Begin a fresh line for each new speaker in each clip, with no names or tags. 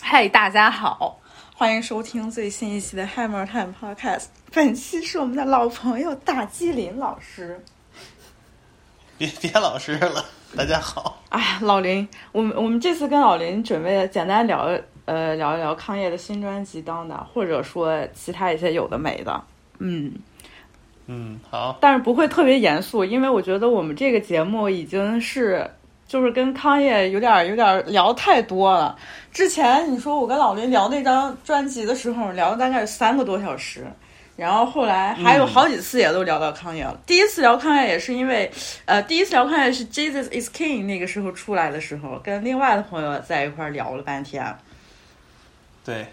嗨，大家好，欢迎收听最新一期的 Hammer Time Podcast。本期是我们的老朋友大鸡林老师。
别别老师了，大家好。
哎，老林，我们我们这次跟老林准备的简单聊呃聊一聊康业的新专辑《当当》，或者说其他一些有的没的，嗯，
嗯，好，
但是不会特别严肃，因为我觉得我们这个节目已经是就是跟康业有点儿有点儿聊太多了。之前你说我跟老林聊那张专辑的时候，聊了大概有三个多小时，然后后来还有好几次也都聊到康业了。第一次聊康业也是因为，呃，第一次聊康业是 Jesus is King 那个时候出来的时候，跟另外的朋友在一块儿聊了半天。
对，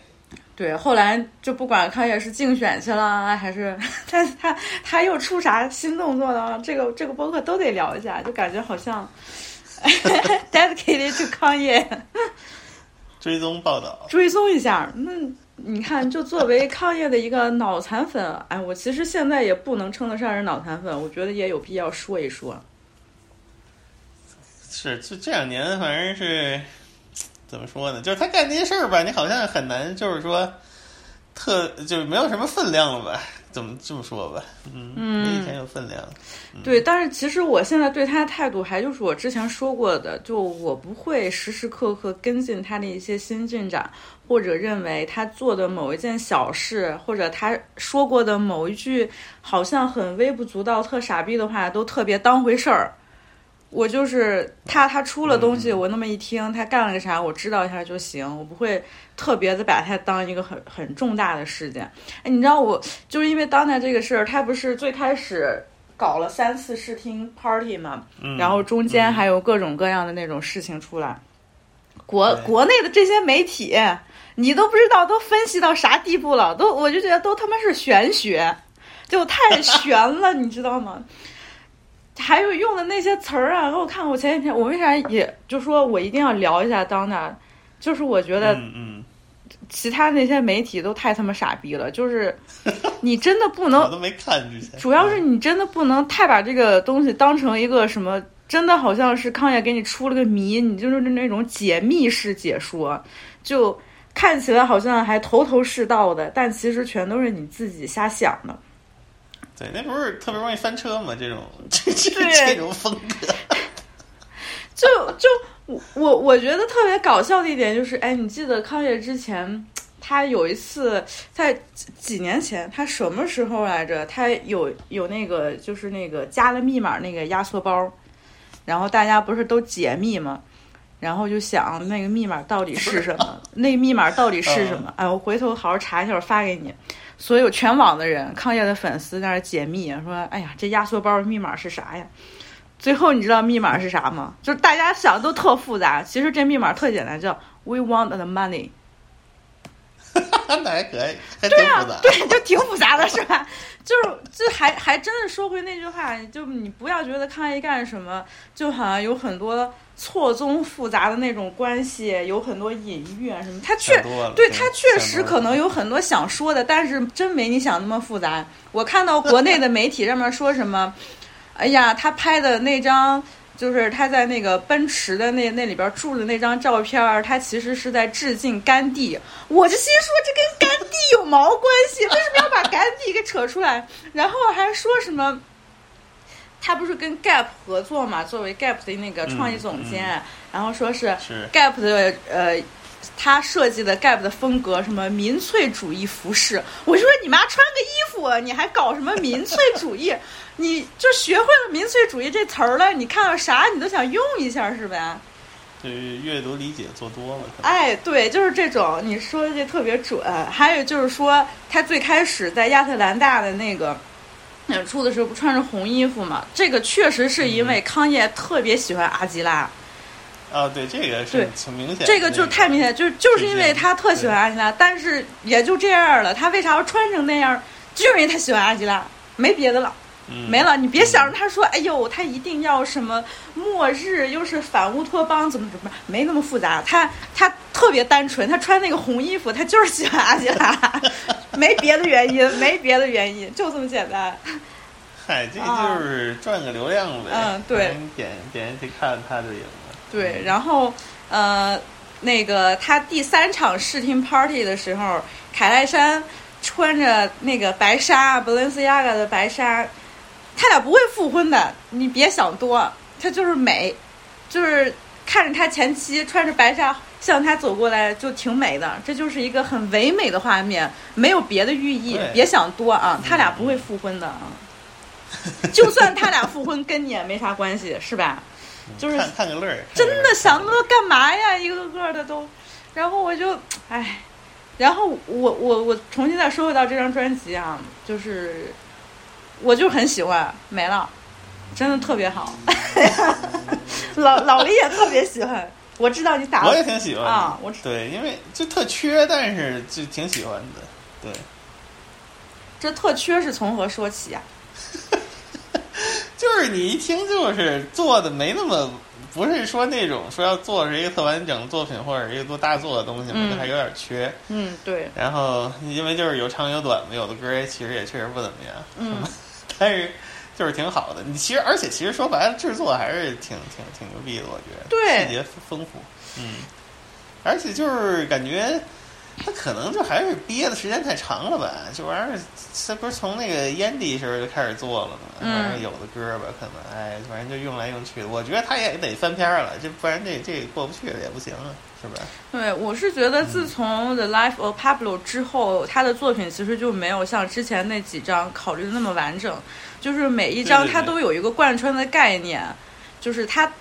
对，后来就不管康也是竞选去了，还是 他他他又出啥新动作了，这个这个播客都得聊一下，就感觉好像 dedicated to 康业，
追踪报道，
追踪一下。那你看，就作为康业的一个脑残粉，哎，我其实现在也不能称得上是脑残粉，我觉得也有必要说一说。
是就这两年，反正是怎么说呢？就是他干那些事儿吧，你好像很难，就是说特就是没有什么分量了吧？怎么这么说吧？嗯，没以前有分量。
对，但是其实我现在对他的态度还就是我之前说过的，就我不会时时刻刻跟进他的一些新进展，或者认为他做的某一件小事，或者他说过的某一句好像很微不足道、特傻逼的话，都特别当回事儿。我就是他，他出了东西，我那么一听，他干了个啥，我知道一下就行，我不会特别的把它当一个很很重大的事件。哎，你知道我就是因为当代这个事儿，他不是最开始搞了三次试听 party 嘛，
嗯，
然后中间
嗯
还有各种各样的那种事情出来，国
对
国内的这些媒体，你都不知道都分析到啥地步了，都我就觉得都他妈是玄学，就太玄 了，你知道吗？还有用的那些词儿啊，给我看，我前几天我为啥也就说我一定要聊一下当代，就是我觉得
嗯嗯，
其他那些媒体都太他妈傻逼了，就是你真的 不能
嗯我都没看之
嗯
前。
主要是你真的不能太把这个东西当成一个什么，真的好像是康也给你出了个谜，你就是那种解密式解说，就看起来好像还头头是道的，但其实全都是你自己瞎想的。
对，那不是特别容易翻车嘛？这种这这
对
这种风格，
就就我我我觉得特别搞笑的一点就是，哎，你记得康业之前。他有一次在几几年前，他什么时候来着？他有有那个就是那个加了密码那个压缩包，然后大家不是都解密吗？然后就想那个密码到底是什么？那个密码到底是什么？哎，我回头好好查一下，我发给你。所有全网的人，康业的粉丝在那儿解密，说：“哎呀，这压缩包的密码是啥呀？”最后你知道密码是啥吗？就是大家想的都特复杂，其实这密码特简单，叫 “We want the money”。
那还可以，还挺复杂。
对，就挺复杂的是吧？就是这还还真是说回那句话，就你不要觉得抗议干什么，就好像有很多错综复杂的那种关系，有很多隐喻啊什么。他确
想多了
对
对
他确
想
实
多了
可能有很多想说的，但是真没你想那么复杂。我看到国内的媒体上面说什么，哎呀，他拍的那张。就是他在那个奔驰的那那里边住的那张照片儿，他其实是在致敬甘地。我就心说这跟甘地有毛关系？为什么要把甘地给扯出来？然后还说什么？他不是跟 Gap 合作嘛，作为 Gap 的那个创意总监，然后说是
是
Gap 的呃，他设计的 Gap 的风格什么民粹主义服饰，我就说你妈穿个衣服，你还搞什么民粹主义？ 你就学会了民粹主义这词儿了，你看到啥你都想用一下是呗？
就是阅读理解做多了，可能
哎，对，就是这种，你说的这特别准。还有就是说，他最开始在亚特兰大的那个演出的时候，不穿着红衣服嘛？这个确实是因为康业特别喜欢阿基拉，
啊，对，这个
对
是挺明显 的。
这个就太明显，就是就是因为他特喜欢阿基拉，但是也就这样了。他为啥要穿成那样？就是因为他喜欢阿基拉，没别的了。
嗯
没了，你别想着他说，哎呦，他一定要什么末日，又是反乌托邦，怎么怎么，没那么复杂。他他特别单纯，他穿那个红衣服，他就是喜欢阿基拉， 没别的原因，没别的原因，就这么简单。
嗨，这
啊
就是赚个流量呗。
嗯对
能点点进去看他的影子。
对，然后呃，那个他第三场试听 party 的时候，凯莱珊穿着那个白纱，Balenciaga 的白纱，他俩不会复婚的，你别想多，他就是美，就是看着他前妻穿着白纱向他走过来，就挺美的，这就是一个很唯美的画面，没有别的寓意
对，
别想多啊，他俩不会复婚的啊，就算他俩复婚，跟你也没啥关系，是吧？就是
看看个乐儿，
真的想那么多干嘛呀？一个个的都，然后我就唉，然后我我我重新再说回到这张专辑啊，就是我就很喜欢，没了，真的特别好， 老老李也特别喜欢，我知道你打
我
了
也挺喜欢的
啊，我知
对，因为就特缺，但是就挺喜欢的。对，
这特缺是从何说起呀、啊
就是你一听就是做的没那么，不是说那种说要做是一个特完整的作品或者是一个多大作的东西嘛，
嗯
就还有点缺。
嗯，对，
然后因为就是有长有短嘛，有的歌其实也确实不怎么样，
嗯，
但是就是挺好的。你其实而且其实说白了，制作还是挺挺挺牛逼的，我觉得
对
细节丰富，嗯，而且就是感觉。他可能就还是憋的时间太长了吧，这玩意儿，这不是从那个烟蒂时候就开始做了吗？
嗯
反正有的歌吧，可能哎，反正就用来用去的。我觉得他也得翻篇儿了，这不然这这过不去了也不行啊，是吧？
对，我是觉得
嗯
自从《The Life of Pablo》之后，他的作品其实就没有像之前那几张考虑的那么完整，就是每一张
对对
它
对
都有一个贯穿的概念，就是他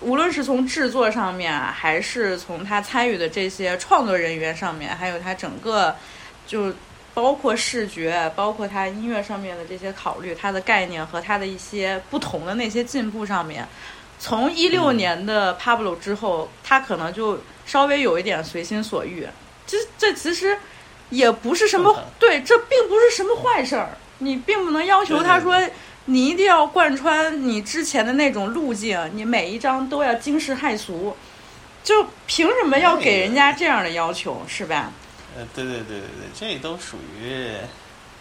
无论是从制作上面啊，还是从他参与的这些创作人员上面，还有他整个就包括视觉，包括他音乐上面的这些考虑，他的概念和他的一些不同的那些进步上面，从一六
嗯
年的 Pablo 之后，他可能就稍微有一点随心所欲。这这其实也不是什么
正常
对，这并不是什么坏事儿。你并不能要求
对对
他说你一定要贯穿你之前的那种路径，你每一张都要惊世骇俗，就凭什么要给人家这样的要求，是吧？
呃，对对对对对，这都属于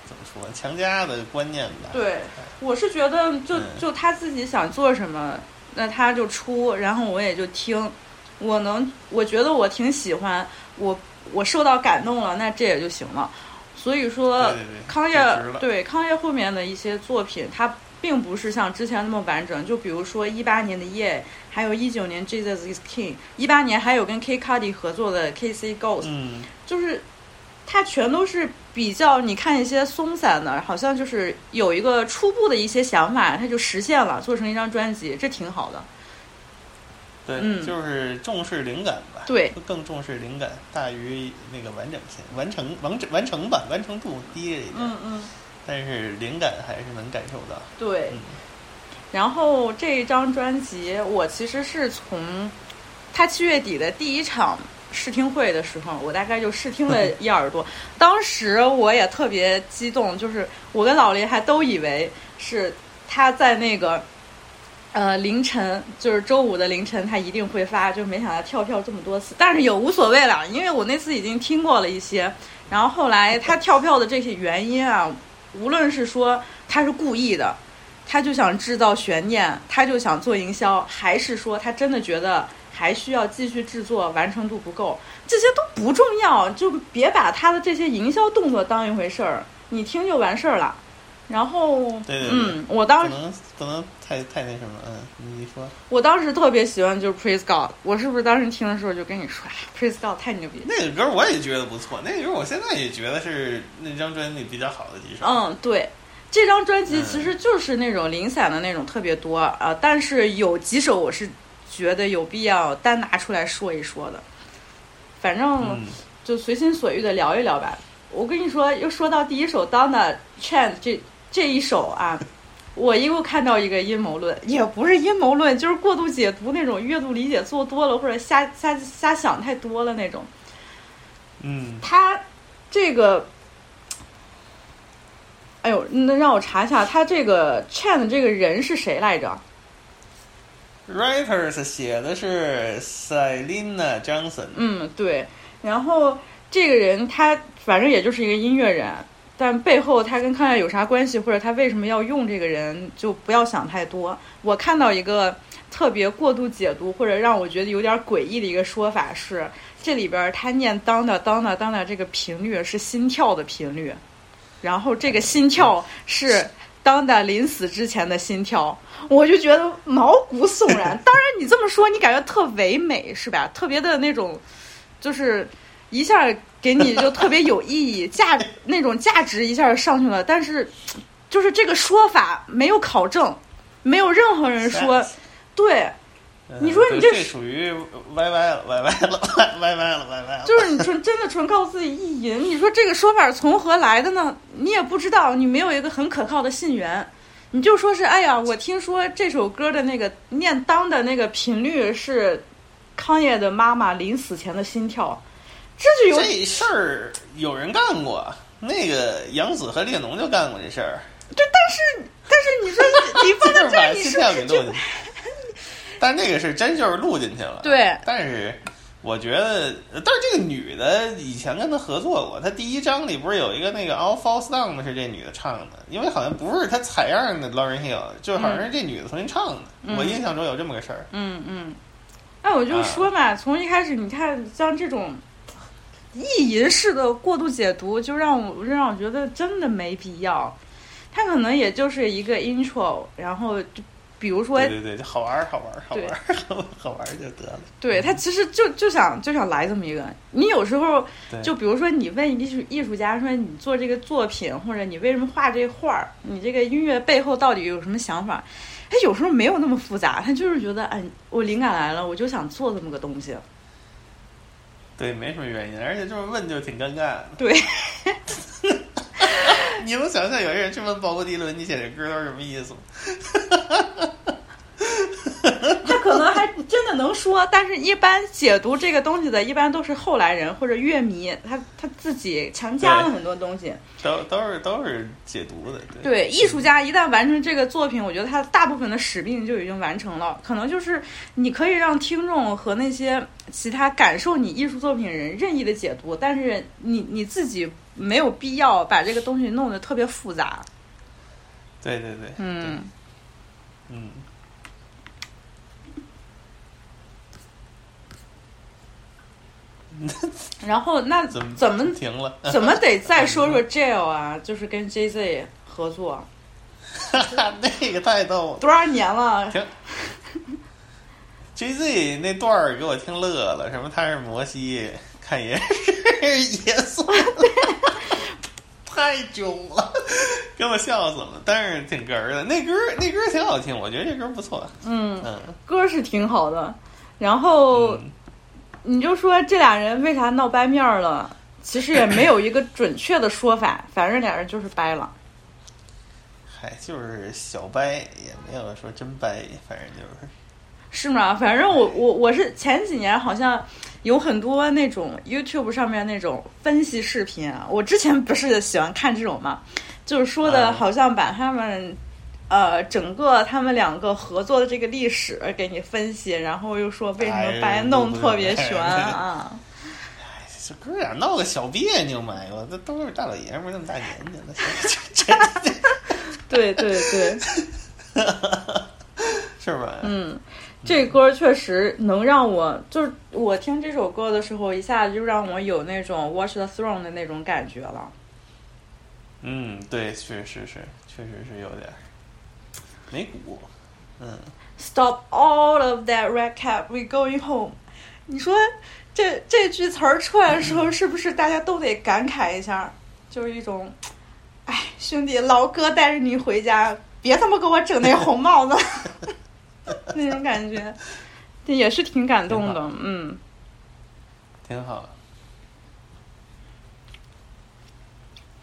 怎么说强加的观念吧？
对，我是觉得就
嗯
就他自己想做什么，那他就出，然后我也就听。我能，我觉得我挺喜欢，我我受到感动了，那这也就行了。所以说，
对对对
康
就值
业
了
对康业后面的一些作品，它并不是像之前那么完整。就比如说一八年的《夜》，还有一九年《Jesus Is King》，一八年还有跟 K Cudi 合作的《KC Ghost》，
嗯，
就是它全都是比较你看一些松散的，好像就是有一个初步的一些想法，它就实现了，做成一张专辑，这挺好的。
对，
嗯
就是重视灵感吧。
对，
更重视灵感大于那个完整性、完成、完整、完成吧，完成度低了一点，
嗯，
但是灵感还是能感受到。
对
嗯。
然后这一张专辑，我其实是从他七月底的第一场试听会的时候，我大概就试听了一耳朵。当时我也特别激动，就是我跟老林还都以为是他在那个呃凌晨，就是周五的凌晨，他一定会发，就没想到跳票这么多次。但是也无所谓了，因为我那次已经听过了一些。然后后来他跳票的这些原因啊，无论是说他是故意的，他就想制造悬念，他就想做营销，还是说他真的觉得还需要继续制作，完成度不够，这些都不重要，就别把他的这些营销动作当一回事儿，你听就完事儿了。然后，
对对对
嗯，我当
不
时
能不能太太那什么，嗯，你说
我当时特别喜欢就是 Praise God，我是不是当时听的时候就跟你说、哎、Praise God 太牛逼了？
那个歌我也觉得不错，那个歌我现在也觉得是那张专辑比较好的几首。
嗯，对，这张专辑其实就是那种零散的那种特别多啊、呃但是有几首我是觉得有必要单拿出来说一说的。反正
嗯，
就随心所欲的聊一聊吧。我跟你说，又说到第一首 Donna Chan 这这一首啊，我又看到一个阴谋论，也不是阴谋论，就是过度解读那种阅读理解做多了，或者瞎瞎瞎想太多了那种。
嗯，
他这个，哎呦，那让我查一下，他这个 Chan 的这个人是谁来着？
Rappers 写的是 Selena Johnson，
嗯，对。然后这个人他反正也就是一个音乐人，但背后他跟康业有啥关系，或者他为什么要用这个人，就不要想太多。我看到一个特别过度解读，或者让我觉得有点诡异的一个说法是，这里边他念当的当的当的这个频率是心跳的频率，然后这个心跳是当的临死之前的心跳，我就觉得毛骨悚然。当然你这么说，你感觉特唯美是吧？特别的那种，就是一下。给你就特别有意义，价那种价值一下上去了，但是就是这个说法没有考证，没有任何人说，对，
嗯
你说你
这
这
属于歪歪了，歪歪了，歪歪了，歪 歪了。
就是你纯真的纯靠自己意淫，你说这个说法从何来的呢？你也不知道，你没有一个很可靠的信源，你就说是，哎呀，我听说这首歌的那个念当的那个频率是康业的妈妈临死前的心跳，这就有
这事儿有人干过，那个杨紫和列侬就干过这事儿，
对，但是但是你说你你
就
放在
是
这儿，
把
你
心
说
跳给
就
录进去。但那个是真就是录进去了。
对。
但是我觉得，呃但是这个女的以前跟他合作过，她第一章里不是有一个那个 All Falls Down 的是这女的唱的，因为好像不是她采样的 Lauren Hill，就是好像是这女的重新唱的。
嗯
我印象中有这么个事儿。
嗯，嗯，那我就
啊
说嘛，从一开始你看，像这种意淫式的过度解读，就让我让我觉得真的没必要。它可能也就是一个 intro，然后就比如说，
对对对，就好玩儿，好玩儿， 好玩儿，好玩儿就得了。
对他其实就就想就想来这么一个。你有时候
对
就比如说，你问艺术艺术家说你做这个作品，或者你为什么画这画儿，你这个音乐背后到底有什么想法？他有时候没有那么复杂，他就是觉得，哎，我灵感来了，我就想做这么个东西。
对，没什么原因，而且这么问就挺尴尬的。
对，
你能想象有一个人去问鲍勃迪伦你写这歌都是什么意思吗？
他可能还真的能说，但是一般解读这个东西的，一般都是后来人或者乐迷，他他自己强加了
对
很多东西。
都都是都是解读的，对
对，艺术家一旦完成这个作品，我觉得他大部分的使命就已经完成了。可能就是你可以让听众和那些其他感受你艺术作品的人任意的解读，但是你你自己没有必要把这个东西弄得特别复杂。
对对对，
嗯。
对嗯。
然后那
怎么
怎么
停了？
怎么得再说 说 Jail 啊？就是跟 J Z 合作。
那个太逗了
多少年了？
，J Z 那段儿给我听乐了，什么他是摩西，看也是耶 稣，太囧了，给我笑死了。但是挺哏儿的，那歌儿那歌儿挺好听，我觉得这歌儿不错。
嗯，
嗯，
歌是挺好的。然后
嗯
你就说这俩人为啥闹掰面儿了？其实也没有一个准确的说法， 反正俩人就是掰了。
嗨，就是小掰，也没有说真掰，反正就是
是吗？反正我我我是前几年好像有很多那种 YouTube 上面那种分析视频啊，我之前不是喜欢看这种嘛，就是说的
嗯
好像把他们。呃，整个他们两个合作的这个历史给你分析，然后又说为什么
哎
掰
呦
弄
不
特别
不
悬 啊？
这哥俩闹个小别扭嘛，我这都是大老爷们儿那么大年纪了，这这
对对对，
是吧？
嗯，这歌确实能让我，就是我听这首歌的时候，一下就让我有那种 Watch the Throne 的那种感觉了。
嗯，对，确实是，确实是有点儿没鼓，嗯，
Stop all of that red cap, we going home。你说这这句词儿出来的时候，是不是大家都得感慨一下？就是一种，哎，兄弟，老哥带着你回家，别他妈给我整那红帽子， 那种感觉，这也是挺感动
挺
的。嗯，
挺好。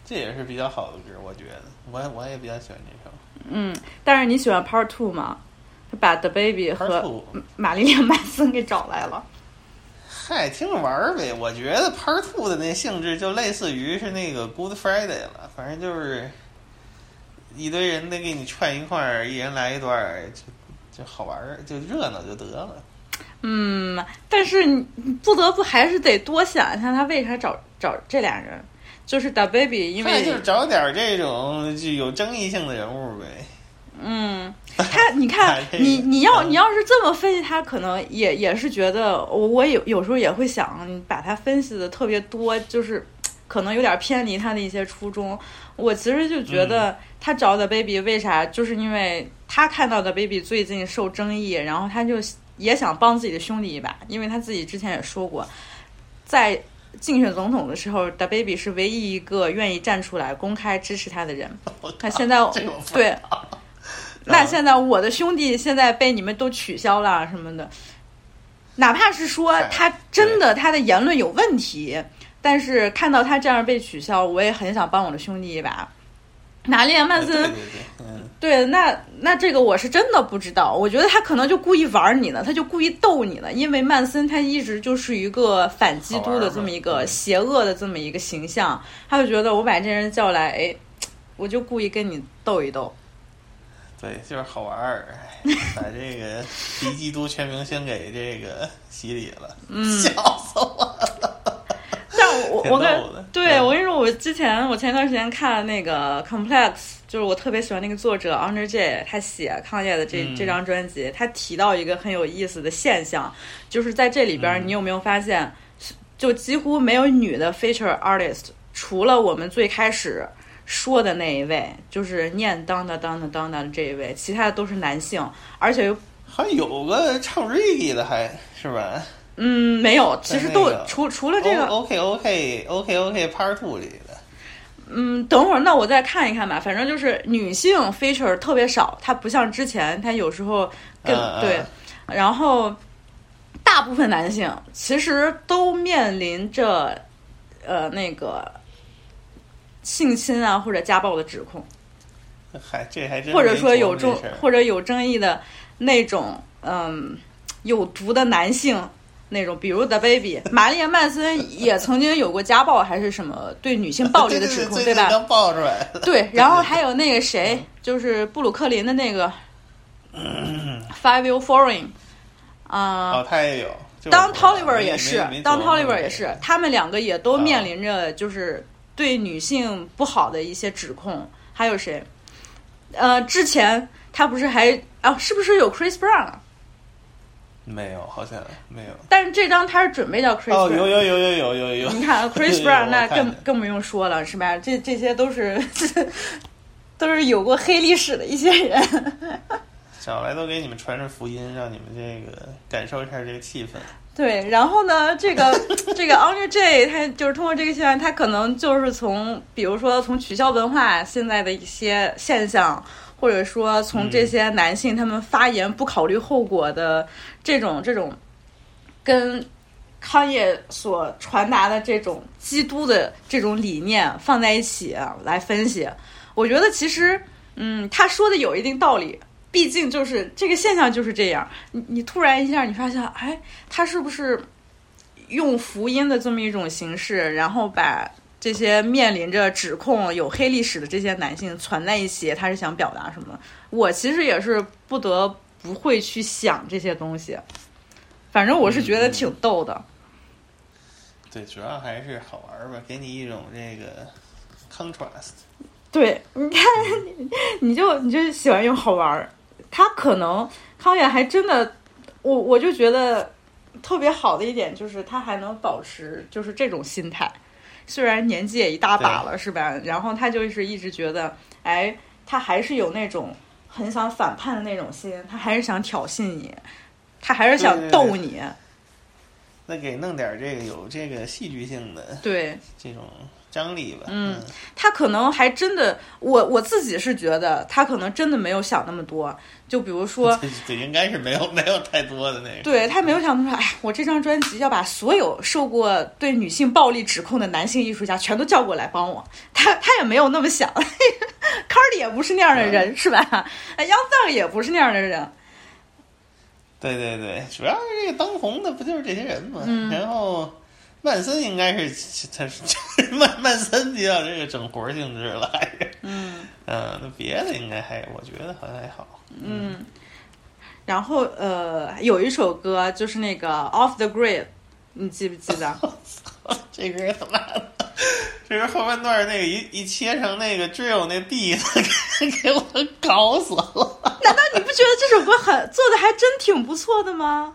这也是比较好的歌，我觉得，我我也比较喜欢这首
嗯但是你喜欢 Part Two 吗？他把 The Baby
《Part
和
Two》。
玛丽莲·曼森给找来了。
嗨，听着玩儿呗。我觉得 Part Two 的那性质就类似于是那个 Good Friday 了，反正就是一堆人得给你串一块儿，一人来一段儿，就就好玩儿，就热闹就得了。
嗯，但是你你不得不还是得多想一下，他为啥找找这俩人？就是 Da Baby，因
看来
为
就是找点儿这种就有争议性的人物呗。
嗯，他你看
打这个
你你要
嗯
你要是这么分析他，可能也也是觉得我我有有时候也会想，你把他分析的特别多，就是可能有点偏离他的一些初衷。我其实就觉
嗯
得他找的 baby 为啥，就是因为他看到的 baby 最近受争议，然后他就也想帮自己的兄弟一把，因为他自己之前也说过，在竞选总统的时候，Da Baby 是唯一一个愿意站出来公开支持他 的人。那现在
这个我 不
对，
嗯
那现在我的兄弟现在被你们都取消了什么的，哪怕是说
哎
他真的他的言论有问题，但是看到他这样被取消，我也很想帮我的兄弟一把。拿列曼
对
森
对对，嗯，
对，那那这个我是真的不知道，我觉得他可能就故意玩你呢，他就故意逗你呢，因为曼森他一直就是一个反基督的这么一
好
个
玩嘛嗯
邪恶的这么一个形象，他就觉得我把这人叫来，哎，我就故意跟你逗一逗。
对， 就是好玩儿，哎把这个敌基督全明星给这个洗礼了，笑死我了。
但我我
挺
跟
逗的
对
嗯
我跟你说，我之前我前段时间看那个 Complex，就是我特别喜欢那个作者 Under J，他写康业的这、
嗯
这张专辑，他提到一个很有意思的现象，就是在这里边儿，
嗯
你有没有发现，就几乎没有女的 feature artist，除了我们最开始。说的那一位就是念当当当当当当的这一位，其他的都是男性，而且又
还有个唱 reggae 的还，是吧？
嗯没有，其实
在那
都
个哦
除除了这个
O K O K O K O K Part Two 里的，
嗯，等会儿那我再看一看吧。反正就是女性 feature 特别少，它不像之前，它有时候更、
嗯嗯
对。然后大部分男性其实都面临着呃那个性侵啊或者家暴的指控，
还这还真
或者
没
说有
琢
争
磨这事儿
或者有争议的那种嗯有毒的男性。那种，比如 The Baby，玛丽莲·曼森也曾经有过家暴还是什么对女性暴力的指控，
对对对最
对吧
近？刚爆出来 的，
对，然后还有那个谁，
嗯
就是布鲁克林的那 个 Five Year Foreign，啊、
哦，他也有。这我
当
不知道
Tolliver
没
也是
没没，
当
琢磨
Tolliver
这
也
个
是，他们两个也都
啊
面临着就是对女性不好的一些指控。还有谁？呃，之前他不是还啊，是不是有 Chris Brown？啊？
没有，好像没有。
但是这张他是准备叫 Chris
哦，
Brown，、
有有有有有有有。
你看啊 Chris
有
Brown
我
那
看
更
见
更不用说了，是吧？这这些都是 都是有过黑历史的一些人。
找来都给你们传传福音，让你们这个感受一下这个气氛。
对，然后呢，这个这个 Under J，他就是通过这个现象，他可能就是从，比如说从取消文化现在的一些现象，或者说从这些男性他们发言不考虑后果的这种这种，跟康业所传达的这种基督的这种理念放在一起啊来分析，我觉得其实，嗯，他说的有一定道理。毕竟就是这个现象就是这样，你你突然一下你发现，哎，他是不是用福音的这么一种形式，然后把这些面临着指控、有黑历史的这些男性攒在一起，他是想表达什么？我其实也是不得不会去想这些东西，反正我是觉得挺逗的。
对，主要还是好玩儿吧，给你一种这个 contrast。
对，你看，你就你就喜欢用好玩儿。他可能康远还真的，我我就觉得特别好的一点就是他还能保持就是这种心态，虽然年纪也一大把了，是吧？然后他就是一直觉得，哎，他还是有那种很想反叛的那种心，他还是想挑衅你，他还是想
对对对
逗你，
那给弄点儿这个有这个戏剧性的
对
这种张力吧。
嗯
嗯，
他可能还真的，我我自己是觉得他可能真的没有想那么多，就比如说。
对对，应该是没有 没有太多的那个。
对他没有想出来，哎，我这张专辑要把所有受过对女性暴力指控的男性艺术家全都叫过来帮我。他他也没有那么想 ，Cardi 也不是那样的人，是吧？哎，Young Thug 也不是那样的人。
对对对，主要是这个当红的不就是这些人嘛。
嗯
然后曼森应该是 他是曼曼森比较这个整活性质了，还是
嗯
嗯，那别的应该还我觉得好像还好。
嗯。然后呃，有一首歌就是那 个 Off the Grid，你记不记得？
这歌他妈的，就是后半段那个一一切成那个 drill 那 B 给 给我搞死了。
难道你不觉得这首歌很做的还真挺不错的吗？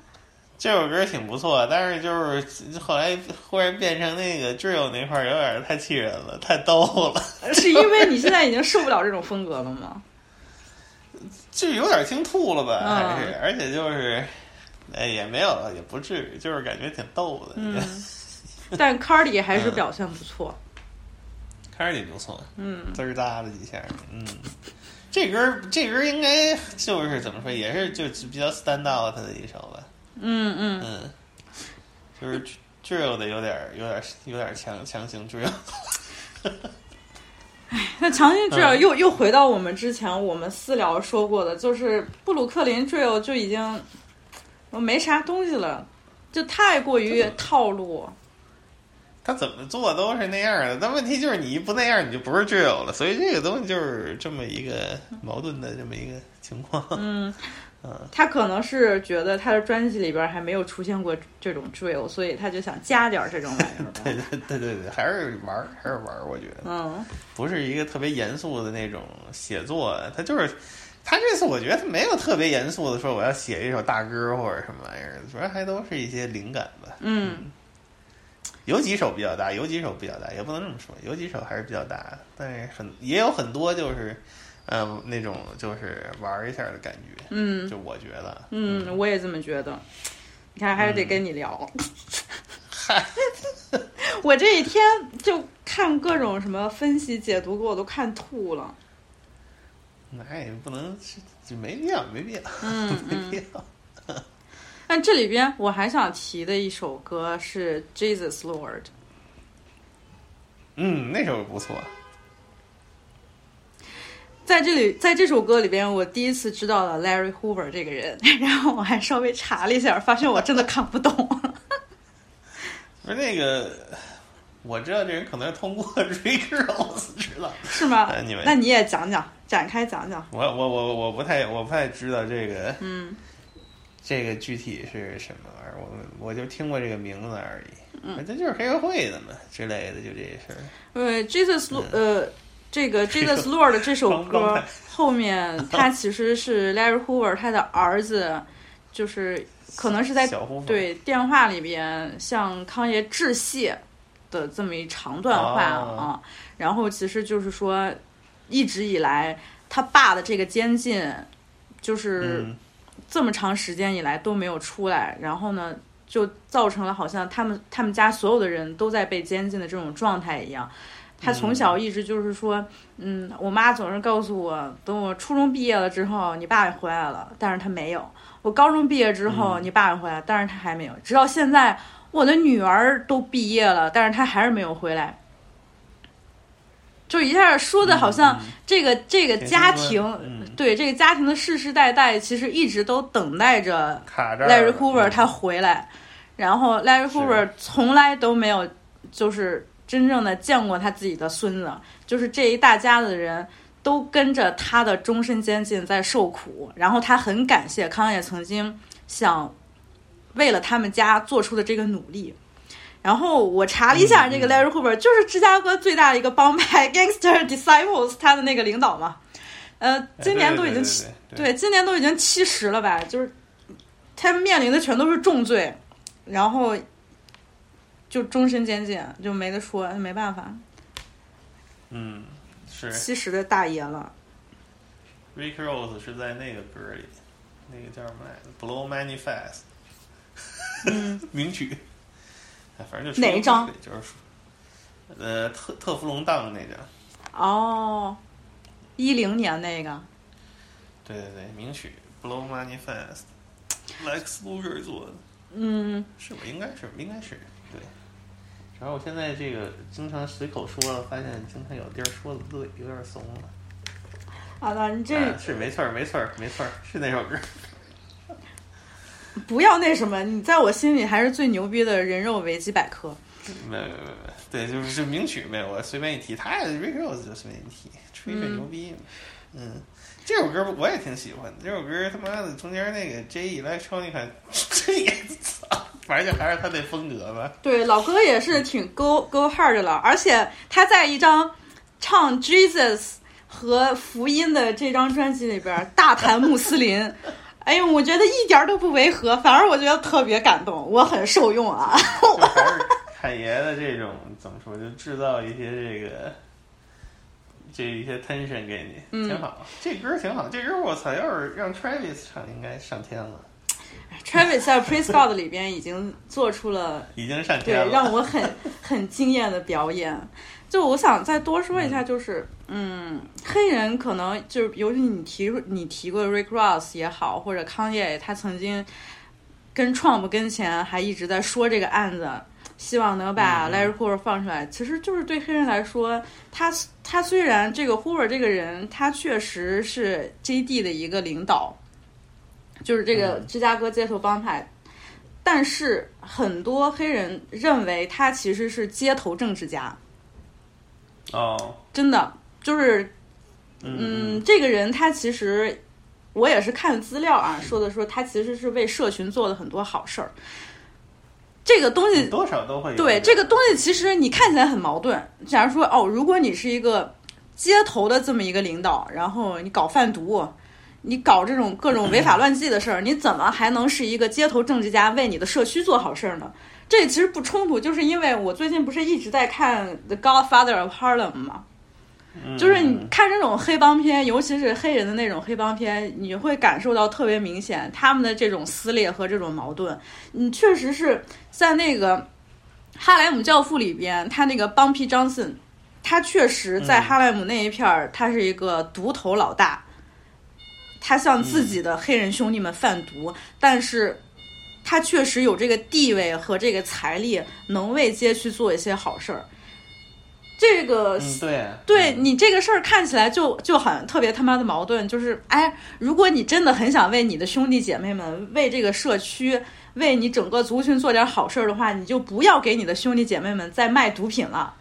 这首歌挺不错，但是就是后来忽然变成那个 drill 那块儿有点太气人了，太逗了。
是因为你现在已经受不了这种风格了吗？
就有点听吐了吧，
嗯
还是，而且就是，哎，也没有，也不至于，就是感觉挺逗的。
嗯，但 Cardi 还是表现不错。
开始也不错，
嗯，
滋儿哒了几下，嗯，这歌儿这歌儿应该就是怎么说，也是就比较 stand out 的一首吧，
嗯嗯，
嗯，就是 drill 的有点儿有点儿有点儿强强行 drill，
那强行 drill
嗯
又、又回到我们之前我们私聊说过的，就是布鲁克林 drill 就已经我没啥东西了，就太过于套路。
他怎么做都是那样儿的，但问题就是你一不那样儿，你就不是 drill 了，所以这个东西就是这么一个矛盾的这么一个情况，
嗯，他可能是觉得他的专辑里边还没有出现过这种 drill，所以他就想加点儿这种玩意儿吧。
对对对对对，还是玩儿，还是玩儿，我觉得。
嗯，
不是一个特别严肃的那种写作，他就是他这次我觉得他没有特别严肃的说我要写一首大歌或者什么玩意儿，主要还都是一些灵感吧。
嗯，
有几首比较大，有几首比较大，也不能这么说，有几首还是比较大的，但是很也有很多就是，呃，那种就是玩一下的感觉，
嗯
就我觉得，
嗯，我也这么觉得。你看，还是得跟你聊。 我这一天就看各种什么分析解读，给我都看吐了。
那也不能就没必要，没必要，
嗯
没
嗯。
必要。
但这里边我还想提的一首歌是《Jesus Lord》，
嗯，那首不错，
在这里，在这首歌里边，我第一次知道了 Larry Hoover 这个人，然后我还稍微查了一下，发现我真的看不懂。
不是那个，我知道这人可能是通过 Ray Girls 知道。
是吗
呃你们？
那你也讲讲，展开讲讲。
我我我我不太我不太知道这个
嗯
这个具体是什么玩意儿，我我就听过这个名字而已。嗯，这就是黑社会的嘛之类的，就这些事儿。
呃，Jesus Lo-
嗯
呃，这 个 Jesus Lord 这首
刚
歌
刚才
后面，它其实是 Larry Hoover 他的儿子，就是可能是在
小胡粉，
对电话里边向康爷致谢的这么一长段话啊
啊，
然后其实就是说，一直以来他爸的这个监禁，就是
嗯，
这么长时间以来都没有出来，然后呢，就造成了好像他们他们家所有的人都在被监禁的这种状态一样。他从小一直就是说，嗯，我妈总是告诉我，等我初中毕业了之后，你爸也回来了，但是他没有。我高中毕业之
嗯
后，你爸也回来，但是他还没有。直到现在，我的女儿都毕业了，但是她还是没有回来。就一下说的好像
嗯嗯
这个、这个
挺
家
心酸
庭，
嗯
对这个家庭的世世代代，其实一直都等待着
卡这儿
Larry Hoover
嗯
他回来，然后 Larry
是
Hoover 从来都没有就是真正的见过他自己的孙子，就是这一大家子人都跟着他的终身监禁在受苦，然后他很感谢康也曾经想为了他们家做出的这个努力。然后我查了一下，
嗯
这个 Larry Hoover 就是芝加哥最大的一个帮派 Gangster Disciples 他的那个领导嘛，呃，
哎
今年
对
都已经
对
七
对对
对，今年都已经七十了吧？就是他面临的全都是重罪，然后就终身监禁，就没得说，没办法，
嗯是
七十的大爷了。
Ray Girls 是在那个歌里，那个叫什么来着？Blow Manifest，
嗯
名曲，哎反正就
哪一张？
就是说，呃，特特弗隆当那张。
哦，一零年那个，
对对对，名曲《Blow Money Fast》，Lex Luger 做的，
嗯，
是吧？应该是，应该是对。然后我现在这个经常随口说了，发现经常有地儿说的不对，有点怂了。
好的，你这
啊、是没错儿，没错儿，没错儿，是那首歌。
不要那什么，你在我心里还是最牛逼的人肉维基百科。
没没没没，对，就是是名曲呗。我随便一提，他 r i c o 就随便一提，吹吹牛逼嘛。嗯这首歌 我也挺喜欢的。这首歌他妈的中间那个 J Electronica，这也操，反正就还是他那风格吧。
对，老哥也是挺 go go hard 了，而且他在一张唱 Jesus 和福音的这张专辑里边大谈穆斯林，哎呦，我觉得一点都不违和，反而我觉得特别感动，我很受用啊。
就还是侃爷的这种怎么说，就制造一些这个这一些 tension 给你，
嗯
挺好。这歌挺好，这歌我操，要是让 Travis 唱，应该上天了，
Travis 在 Praise God 里边已经做出了
已经上天
对，让
了。
我很很惊艳的表演。就我想再多说一下，就是嗯，黑人可能就是，尤其你提你提过的 Rick Ross 也好，或者康也，他曾经跟 Trump 跟前还一直在说这个案子，希望能把
嗯
Larry Hoover 放出来。其实就是对黑人来说，他他虽然这个 Hoover 这个人，他确实是 JD 的一个领导，就是这个
嗯
芝加哥街头帮派，但是很多黑人认为他其实是街头政治家，
哦，
真的就是
嗯
嗯，这个人他其实我也是看资料啊，说的说他其实是为社群做了很多好事儿。这个东西
嗯，多少都会有
对
点
这个东西，其实你看起来很矛盾。假如说哦，如果你是一个街头的这么一个领导，然后你搞贩毒，你搞这种各种违法乱纪的事儿，你怎么还能是一个街头政治家，为你的社区做好事儿呢？这其实不冲突，就是因为我最近不是一直在看《The Godfather of Harlem》嘛，
嗯
就是你看这种黑帮片，尤其是黑人的那种黑帮片，你会感受到特别明显他们的这种撕裂和这种矛盾。你确实是在那个《哈莱姆教父》里边，他那个邦皮张森，他确实在
嗯
哈莱姆那一片儿，他是一个独头老大，他向自
嗯
己的黑人兄弟们贩毒，但是。他确实有这个地位和这个财力，能为街区做一些好事儿。这个
嗯，对
呃对你这个事儿看起来就就好像特别他妈的矛盾，就是哎，如果你真的很想为你的兄弟姐妹们、为这个社区、为你整个族群做点好事儿的话，你就不要给你的兄弟姐妹们再卖毒品了。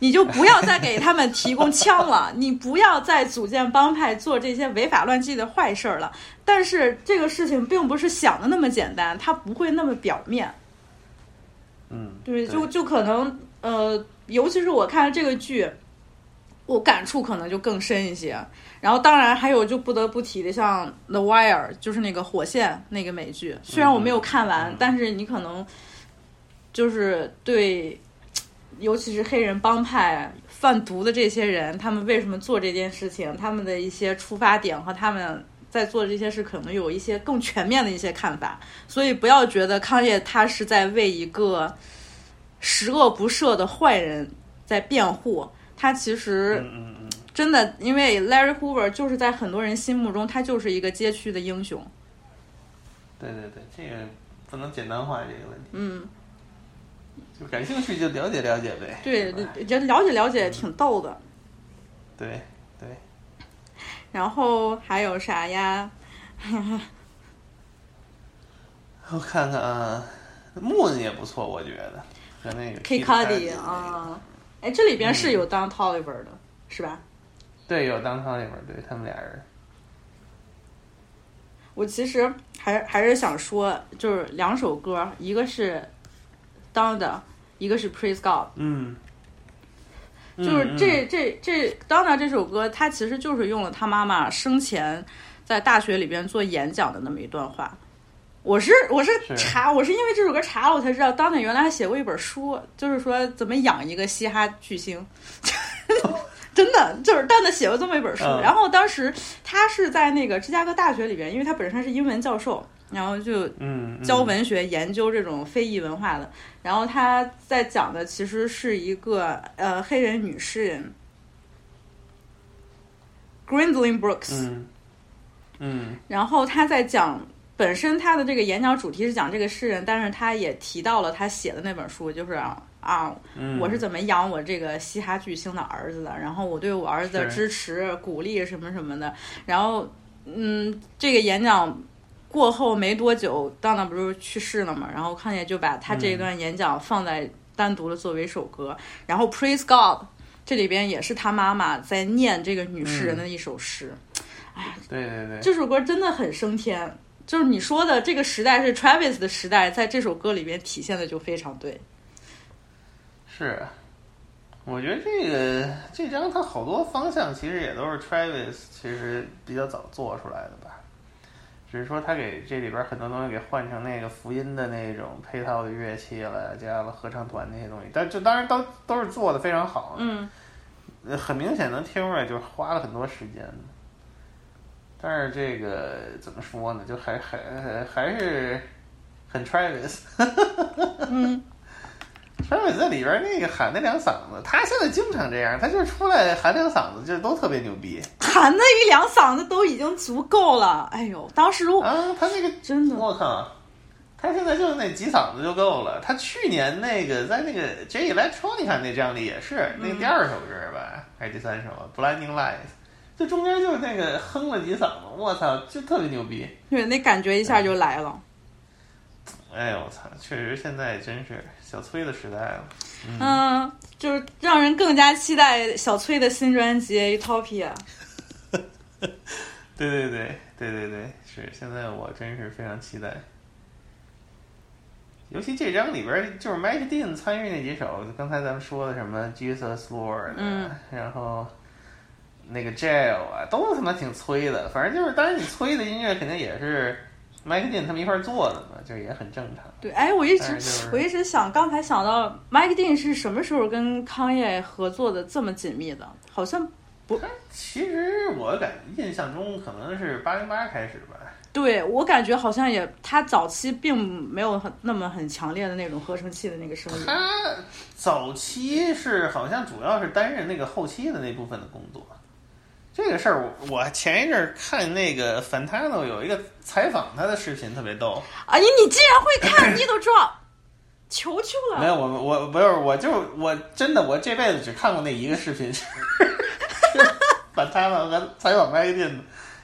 你就不要再给他们提供枪了，你不要再组建帮派做这些违法乱纪的坏事儿了。但是这个事情并不是想的那么简单，它不会那么表面。
嗯，
对，
对
就就可能呃，尤其是我看了这个剧，我感触可能就更深一些。然后当然还有就不得不提的，像《The Wire》，就是那个《火线》那个美剧，虽然我没有看完，
嗯
但是你可能就是对，尤其是黑人帮派。贩毒的这些人，他们为什么做这件事情？他们的一些出发点和他们在做这些事，可能有一些更全面的一些看法。所以不要觉得康业他是在为一个十恶不赦的坏人在辩护，他其实
嗯嗯嗯，
真的，因为 Larry Hoover 就是在很多人心目中，他就是一个街区的英雄。
对对对，这个不能简单化这个问题，
嗯，
就感兴趣就了解了解呗。
对
是吧，
人了解了解挺逗的。
对对，
然后还有啥呀？
我看看啊，木子也不错，我觉得和那个
K
Kid
Cudi
Cudi 嗯那个，
啊，哎，这里边是有 Don Toliver 的，是吧？
对，有当汤里边，对他们俩人，
我其实还还是想说，就是两首歌，一个是 Donda，一个是 Praise God。
嗯，
就是这这这，Donna 这首歌，它其实就是用了她妈妈生前在大学里边做演讲的那么一段话。我是我是
是
查，我是因为这首歌查了，我才知道 Donna 原来还写过一本书，就是说怎么养一个嘻哈巨星。 真的就是 Donna 写过这么一本书，
嗯
然后当时他是在那个芝加哥大学里边，因为他本身是英文教授，然后就
嗯嗯
教文学、研究这种非遗文化的。然后他在讲的其实是一个呃黑人女诗人 Gwendolyn Brooks，、
嗯嗯
然后他在讲。本身他的这个演讲主题是讲这个诗人，但是他也提到了他写的那本书，就是啊啊，
嗯，
我是怎么养我这个嘻哈巨星的儿子的，然后我对我儿子的
是
支持、鼓励什么什么的，然后嗯，这个演讲过后没多久，当当不是去世了嘛，然后康姐就把他
嗯
这一段演讲放在单独的作为一首歌，然后 Praise God 这里边也是他妈妈在念这个女诗人的一首诗，
嗯对对对，
这首歌真的很升天。就是你说的这个时代是 Travis 的时代，在这首歌里边体现的就非常对。
是，我觉得这个这张它好多方向其实也都是 Travis 其实比较早做出来的吧，只是说他给这里边很多东西给换成那个福音的那种配套的乐器了，加了合唱团那些东西，但就当然都都是做的非常好，啊
嗯，
呃很明显能听出来就是花了很多时间的。但是这个怎么说呢？就还还还还是很 Travis，
嗯
Travis 在里边那个喊那两嗓子，他现在经常这样，他就是出来喊两嗓子，就都特别牛逼
喊那一两嗓子都已经足够了。哎呦，当时我
啊！他那个
真的
我靠，他现在就是那几嗓子就够了。他去年那个在那个 J Electronica 那张里也是，那
嗯
第二首歌吧，还是第三首啊，Blinding Lights，就中间就是那个哼了几嗓子，我操，就特别牛逼。
对那感觉一下就来了。
哎呦我操，确实现在真是小崔的时代了。
嗯，就是让人更加期待小崔的新专辑啊《Utopia》。
对对对对对对，是现在我真是非常期待。尤其这张里边儿就是 Mike Dean 参与那几首，刚才咱们说的什么 Jesus Lord，、啊
嗯、
然后那个 Jail 啊，都他妈挺催的。反正就是，当然你催的音乐肯定也是 Mike Dean 他们一块儿做的嘛，就是也很正常。
对，哎，我一直、
但是就是
我一直想，刚才想到 Mike Dean 是什么时候跟康业合作的这么紧密的？好像
其实我感印象中可能是八零八开始吧，
对我感觉好像也，他早期并没有很那么很强烈的那种合成器的那个声音。
他早期是好像主要是担任那个后期的那部分的工作。这个事儿，我我前一阵儿看那个 Fantano 有一个采访他的视频，特别逗。
哎呀，你竟然会看 Needle Drop，求求
没
了！
有，我我不是，我就我真的我这辈子只看过那一个视频，是 Fantano 和采访 m a g d i n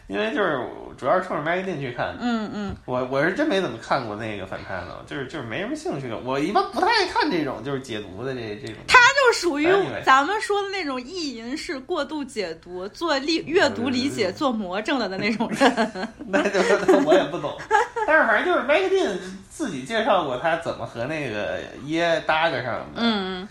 因为就是主要是冲着 m a g d i n 去看的。
嗯嗯，
我我是真没怎么看过那个 Fantano，就是就是没什么兴趣的。我一般不太爱看这种就是解读的这这种。
他就属于
哎你们
咱们说的那种意淫式过度解读、做理阅读理解、做魔怔了的那种人。
那就那我也不懂，但是反正就是 m a g d i n 自己介绍过他怎么和那个耶搭个上的，
嗯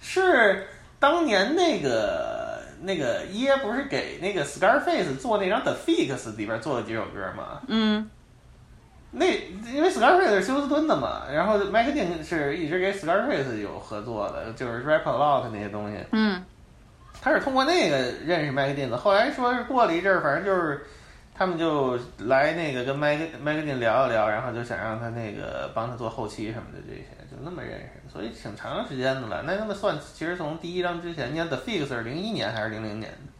是当年那个那个耶不是给那个 Scarface 做那张 The Fix 里边做了几首歌吗？
嗯
那因为 Scarface 是休斯敦的嘛，然后 m a g d i n 是一直给 Scarface 有合作的，就是 Rap A Lot 那些东西，
嗯
他是通过那个认识麦克丁的，后来说是过了一阵儿，反正就是他们就来那个跟麦克麦克丁聊一聊，然后就想让他那个帮他做后期什么的这些，就那么认识，所以挺长时间的了。那他们算，其实从第一张之前，你看 The Fix 是零一年还是零零年的，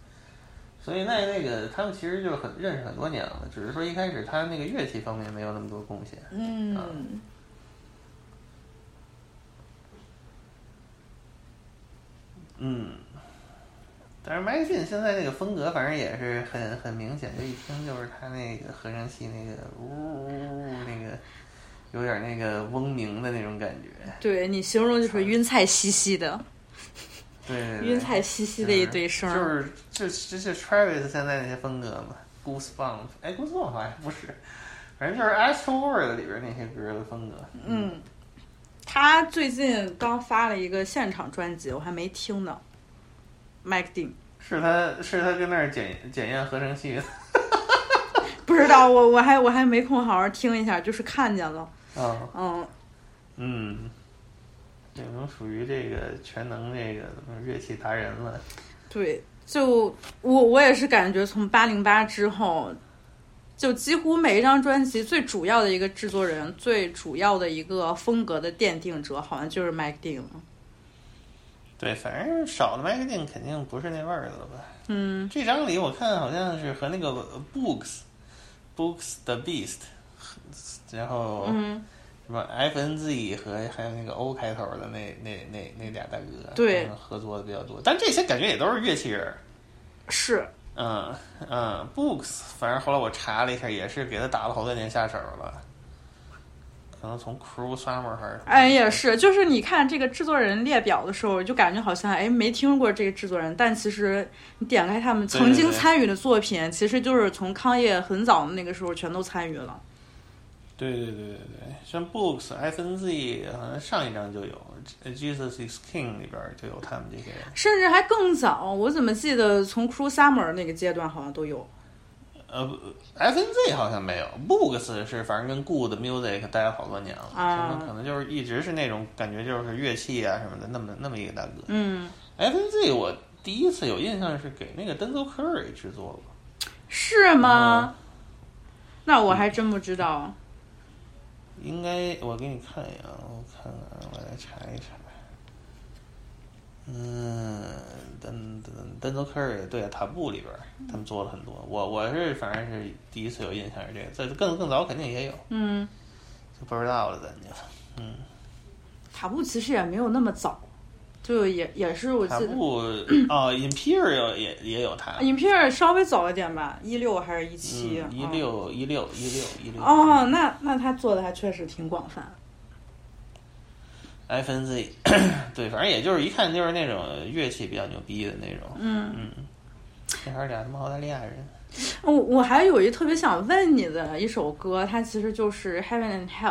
所以那那个他们其实就很认识很多年了，只是说一开始他那个乐器方面没有那么多贡献。
嗯，
嗯，但是 m a g d i n 现在那个风格，反正也是很很明显，就一听就是他那个合成器那个呜呜呜呜那个，有点那个嗡鸣的那种感觉。
对你形容就是晕菜兮兮的，
对对对，
晕菜兮兮的一堆声
就
儿。
是就是就是 Travis 现在那些风格嘛，Goosebump，哎，Goosebump 好像不是，反正就是 Astro World 里边那些歌的风格。
嗯，他最近刚发了一个现场专辑，我还没听呢。Mike Dean
是他是他跟那儿检检验合成器的
不知道，我我还我还没空好好听一下，就是看见了。
啊。
嗯，
嗯，这能属于这个全能这个怎么乐器达人了？
对，就我我也是感觉从八零八之后，就几乎每一张专辑最主要的一个制作人、最主要的一个风格的奠定者，好像就是 Mike Dean 了。
对，反正少了麦克定肯定不是那味儿的了吧？
嗯，
这张里我看好像是和那个呃 Books Books the Beast，然后
嗯，
什么 FNZ 和还有那个 O 开头的那那那那俩大哥，
对
他们合作的比较多，但这些感觉也都是乐器人儿。
是，
嗯嗯，Books，反正后来我查了一下，也是给他打了好多年下手了，可能从 Crew Summer 还是
哎，也是，就是你看这个制作人列表的时候，就感觉好像哎没听过这个制作人，但其实你点开他们曾
对
经
对对
参与的作品，其实就是从康业很早的那个时候全都参与了。
对对对对对，像 Books、FNZ 好像上一张就有，呃《Jesus is King》里边儿就有他们这些人。
甚至还更早，我怎么记得从 Cruel Summer 那个阶段好像都有。
呃，FNZ 好像没有，Books 是反正跟 Good Music 待了好多年了，
啊
可能可能就是一直是那种感觉就是乐器啊什么的，那么那么一个大哥。
嗯，
FNZ 我第一次有印象是给那个 Denzel Curry 制作的，
是吗？那我还真不知道。
应该我给你看一眼，啊，我看看，我来查一查。嗯，丹丹丹泽科尔对塔布里边儿，他们做了很多。我我是反正是第一次有印象是这个，在更更早肯定也有，
嗯，
就不知道了咱就。嗯，
塔布其实也没有那么早，就也也是我
塔
记得。
布哦，Imperial 也也有他，
影片稍微早一点吧，一六还是一七、
嗯，一六一六一六一六。
哎哦，那那他做的还确实挺广泛。
FNZ，对，反正也就是一看就是那种乐器比较牛逼的那种。嗯嗯，那还是俩他妈澳大利亚人。
我我还有一特别想问你的一首歌，它其实就是《Heaven and Hell》。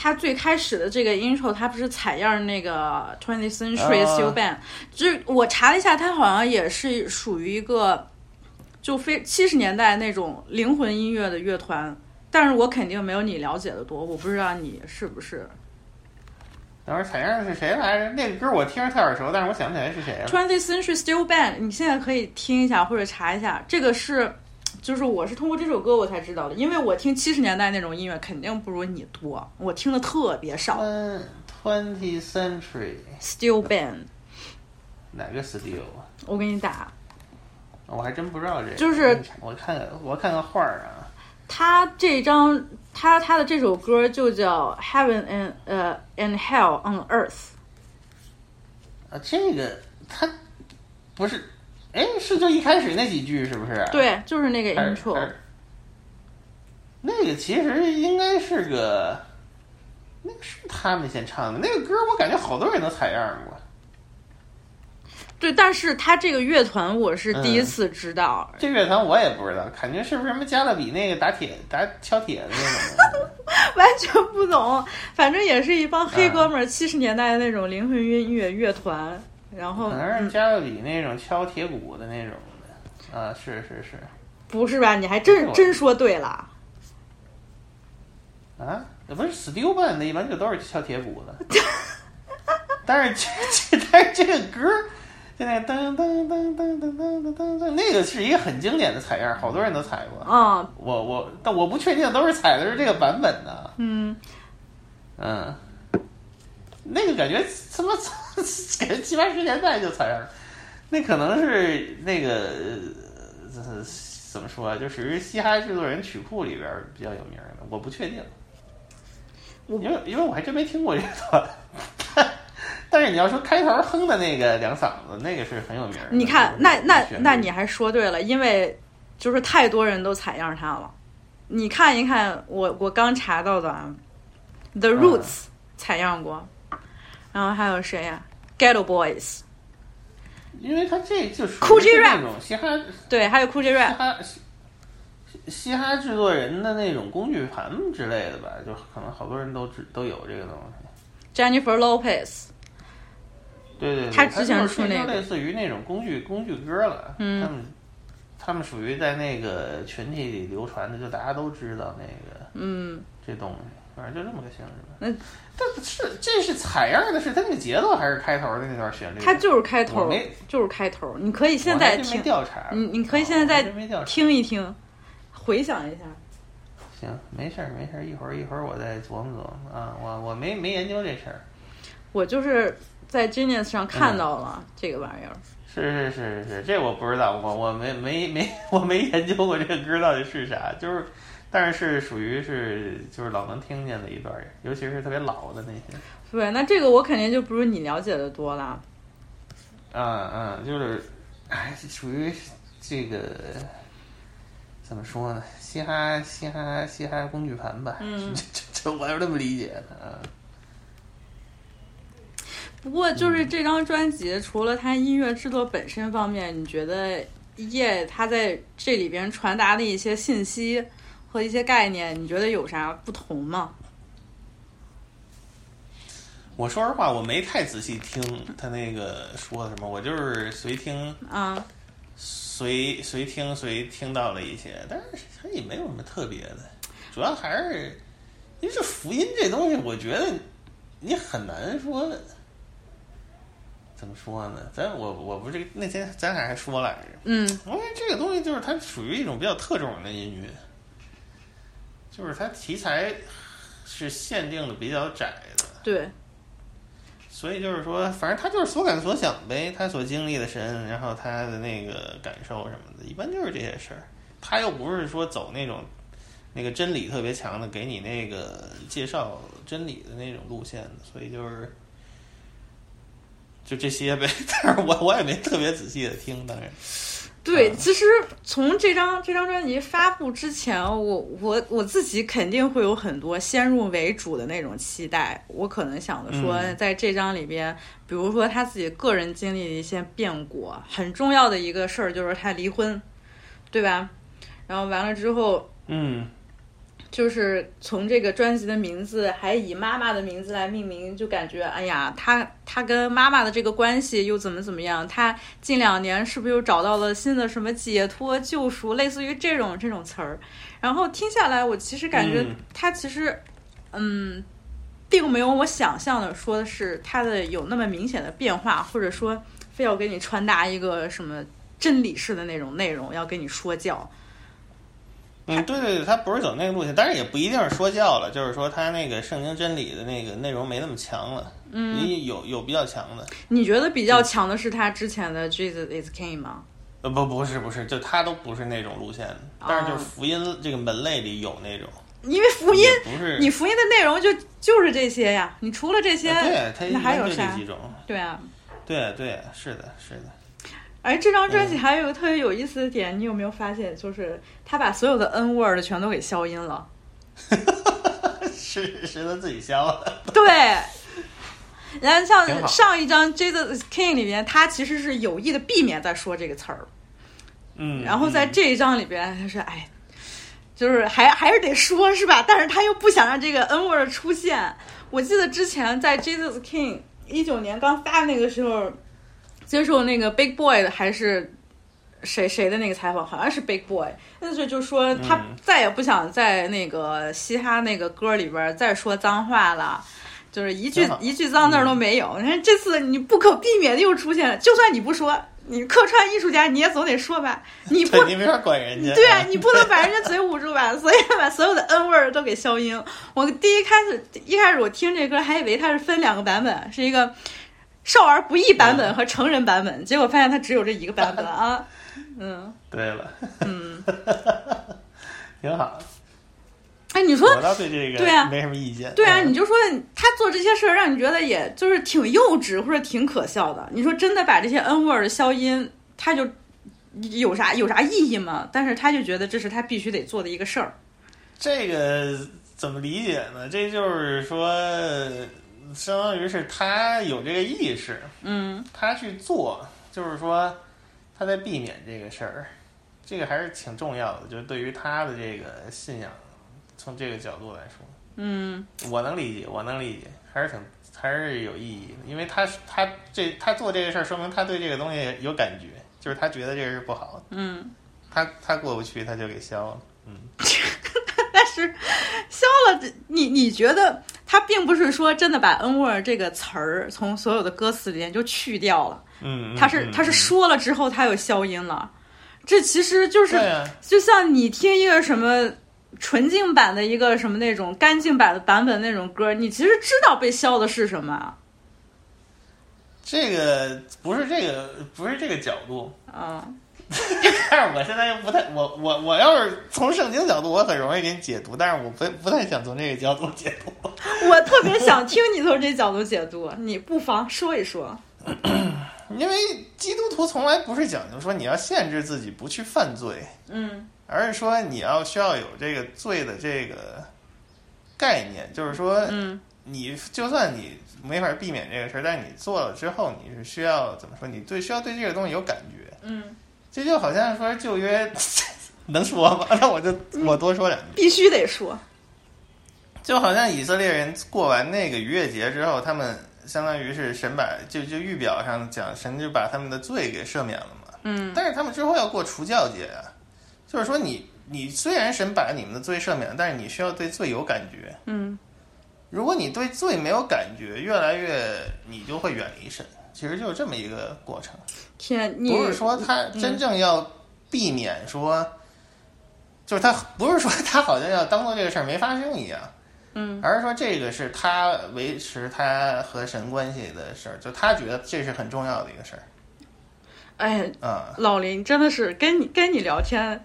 它最开始的这个 intro，它不是采样那个 Twentieth Century
啊
Steel Band，、就是我查了一下，它好像也是属于一个就非七十年代那种灵魂音乐的乐团，但是我肯定没有你了解的多，我不知道你是不是
当时采样是谁来着？那个歌我听着太耳熟，但是我想不起来是谁了。
Twentieth Century Steel Band，你现在可以听一下或者查一下，这个是，就是我是通过这首歌我才知道的，因为我听七十年代那种音乐肯定不如你多，我听的特别少。
嗯 Twenty Century
Steel Band，
哪个 Studio 啊？哦
我给你打，
我还真不知道这个。
就是
我看看，我看看画儿啊。
他这张他他的这首歌就叫 Heaven and 呃、and Hell on Earth，
啊，这个他不是，哎，是就一开始那几句是不是？
对，就是那个
还是
intro，。
还是那个其实应该是个，那个是他们先唱的那个歌，我感觉好多人都采样过。
对，但是他这个乐团我是第一次知道，
这乐团我也不知道，感觉是不是什么加勒比那个打铁打敲铁的那种的？
完全不懂，反正也是一帮
嗯
黑哥们儿，七十年代的那种灵魂音乐乐团，然后嗯
可能是加勒比那种敲铁鼓的那种的。啊，是是是。
不是吧？你还真真说对了，
啊，不是 Steel Band 的，一般就都是敲铁鼓的。但是这这但是这个歌儿，现在噔噔噔噔噔噔噔噔，那个是一个很经典的采样，好多人都采过。
嗯
我我，但我不确定都是采的是这个版本的。
嗯，
嗯，那个感觉他妈感觉七八十年代就采样了，那可能是那个呃呃怎么说啊，就属于嘻哈制作人曲库里边比较有名的，我不确定。
我
因为因为我还真没听过这段，但是你要说开头哼的那个两嗓子，那个是很有名的。
你看，
就是
那那
旋律
那你还说对了，因为就是太多人都采样他了。你看一看，我我刚查到的啊，The
嗯
Roots 采样过，然后还有谁呀、g h e t t o Boys，
因为它这就属于
Coogee
是
Rap
那种嘻哈
对，还有 Coogee
嘻
Rap，
哈嘻嘻哈制作人的那种工具盘之类的吧，就可能好多人都知都有这个东西。
Jennifer Lopez，
对对对，
他
他
之前出那个
类似于那种工具工具歌了，
嗯
他们他们属于在那个群体里流传的，就大家都知道那个
嗯，
这东西，反正就这么个性质
那
吧。但是这是采样的，是它那个节奏还是开头的那段旋律？
他就是开
哎我
头
没，
就是开头，你可以现
我
在
还真
听
没。调查，
你你可以
啊
现在在
我还真没调查
听一听，回想一下。
行，没事儿没事儿，一会儿一会儿我再琢磨琢磨啊，我我没没研究这事儿，
我就是在 Genius 上看到了这个玩意儿，
是是是是是，这我不知道，我我没没没 我没研究过这个歌到底是啥，就是但是是属于是就是老能听见的一段儿，尤其是特别老的那些，
对，那这个我肯定就不如你了解的多了。
嗯嗯，就是哎属于这个怎么说呢，嘻哈嘻哈嘻哈工具盘吧，
嗯
这这这我是这么理解的啊。
不过就是这张专辑，除了它音乐制作本身方面，你觉得叶他在这里边传达的一些信息，和一些概念，你觉得有啥不同吗？
我说实话，我没太仔细听他那个说的什么，我就是随听
啊，
随随听随听到了一些，但是它也没有什么特别的，主要还是因为这福音这东西，我觉得你很难说。怎么说呢？咱我我不是那天咱俩还说来着，
嗯
我说这个东西就是它属于一种比较特种的音乐，就是它题材是限定的比较窄的，
对，
所以就是说，反正他就是所感所想呗，他所经历的神，然后他的那个感受什么的，一般就是这些事儿。他又不是说走那种那个真理特别强的，给你那个介绍真理的那种路线的，所以就是就这些呗。 但是我我也没特别仔细的听，当然，
对，
啊
其实从这张这张专辑发布之前，我我我自己肯定会有很多先入为主的那种期待。我可能想的说，
嗯
在这张里边，比如说他自己个人经历的一些变故，很重要的一个事儿就是他离婚，对吧？然后完了之后，
嗯，
就是从这个专辑的名字还以妈妈的名字来命名，就感觉哎呀，他他跟妈妈的这个关系又怎么怎么样？他近两年是不是又找到了新的什么解脱、救赎，类似于这种这种词儿？然后听下来，我其实感觉
嗯
他其实，嗯，并没有我想象的说的是他的有那么明显的变化，或者说非要给你传达一个什么真理式的那种内容，要跟你说教。
嗯，对对对，他不是走那个路线，当然也不一定是说教了，就是说他那个圣经真理的那个内容没那么强了，嗯，也有有比较强的，
你觉得比
嗯
较强的是他之前的《Jesus Is King》吗？
呃，不，不是，不是，就他都不是那种路线的，但是就是福音这个门类里有那种
因为哦福音，
也不是，
你福音的内容就就是这些呀，你除了这些，
啊对，他一
那还
般
有
就这
啥
几种，
对啊。
对对，是的，是的，
而这张专辑
嗯
还有一个特别有意思的点，你有没有发现？就是他把所有的 N word 全都给消音 了。
是是他自己消的，
对，然后
挺
像
好
上一张《Jesus is King》里边，他其实是有意的避免再说这个词儿，
嗯，
然后在
嗯
这一章里边，他说：“哎，就是还还是得说，是吧？但是他又不想让这个 N word 出现。我记得之前在 Jesus King 一九年刚发那个时候，接受那个 Big Boy 的还是谁谁的那个采访，好像是 Big Boy，那时候就说他
嗯
再也不想在那个嘻哈那个歌里边再说脏话了。”就是一句
挺好嗯
一句脏字儿都没有，你看这次你不可避免的又出现了。就算你不说，你客串艺术家你也总得说吧，你不
对你没法管人家，
对啊，你不能把人家嘴捂住吧？所以把所有的 N word 都给消音。我第一开始一开始我听这歌还以为它是分两个版本，是一个少儿不宜版本和成人版本，结果发现它只有这一个版本啊。嗯，
对了， 挺好，
哎，你说
我倒对这个
对啊
没什么意见，
对啊，
嗯
你就说他做这些事儿，让你觉得也就是挺幼稚或者挺可笑的。你说真的把这些 N word 消音，他就有啥有啥意义吗？但是他就觉得这是他必须得做的一个事儿。
这个怎么理解呢？这就是说，相当于是他有这个意识，
嗯
他去做，就是说他在避免这个事儿，这个还是挺重要的。就是对于他的这个信仰，从这个角度来说，
嗯
我能理解，我能理解，还是挺还是有意义的。因为他是他这他做这个事儿，说明他对这个东西有感觉，就是他觉得这个是不好的，
嗯。
他他过不去，他就给消了。
但是消了，你你觉得他并不是说真的把 N word 这个词儿从所有的歌词里面就去掉了，
嗯，嗯
他是
嗯
他是
嗯
说了之后他有消音了，这其实就是
对啊，
就像你听一个什么纯净版的一个什么那种干净版的版本那种歌，你其实知道被消的是什么，
这个不是这个不是这个角度，
嗯
但是我现在又不太，我我我要是从圣经角度，我很容易给你解读，但是我不不太想从这个角度解读。
我特 别想听你从这角度解读，你不妨说一说，
因为基督徒从来不是讲究说你要限制自己不去犯罪，
嗯
而是说你要需要有这个罪的这个概念，就是说
嗯
你就算你没法避免这个事儿，但你做了之后，你是需要怎么说？你对需要对这个东西有感觉，
嗯
这就好像说旧约 能说吗？那我就我多说两句。
必须得说，
就好像以色列人过完那个逾越节之后，他们相当于是神把就就预表上讲，神就把他们的罪给赦免了嘛。
嗯，
但是他们之后要过除教节啊，就是说你你虽然神把你们的罪赦免了，但是你需要对罪有感觉。
嗯
如果你对罪没有感觉，越来越你就会远离神。其实就是这么一个过程，
天，你嗯
不是说他真正要避免说，就是他不是说他好像要当做这个事儿没发生一样，
嗯
而是说这个是他维持他和神关系的事儿，就他觉得这是很重要的一个事儿
哎呀，
啊、
老林真的是跟你跟你聊天。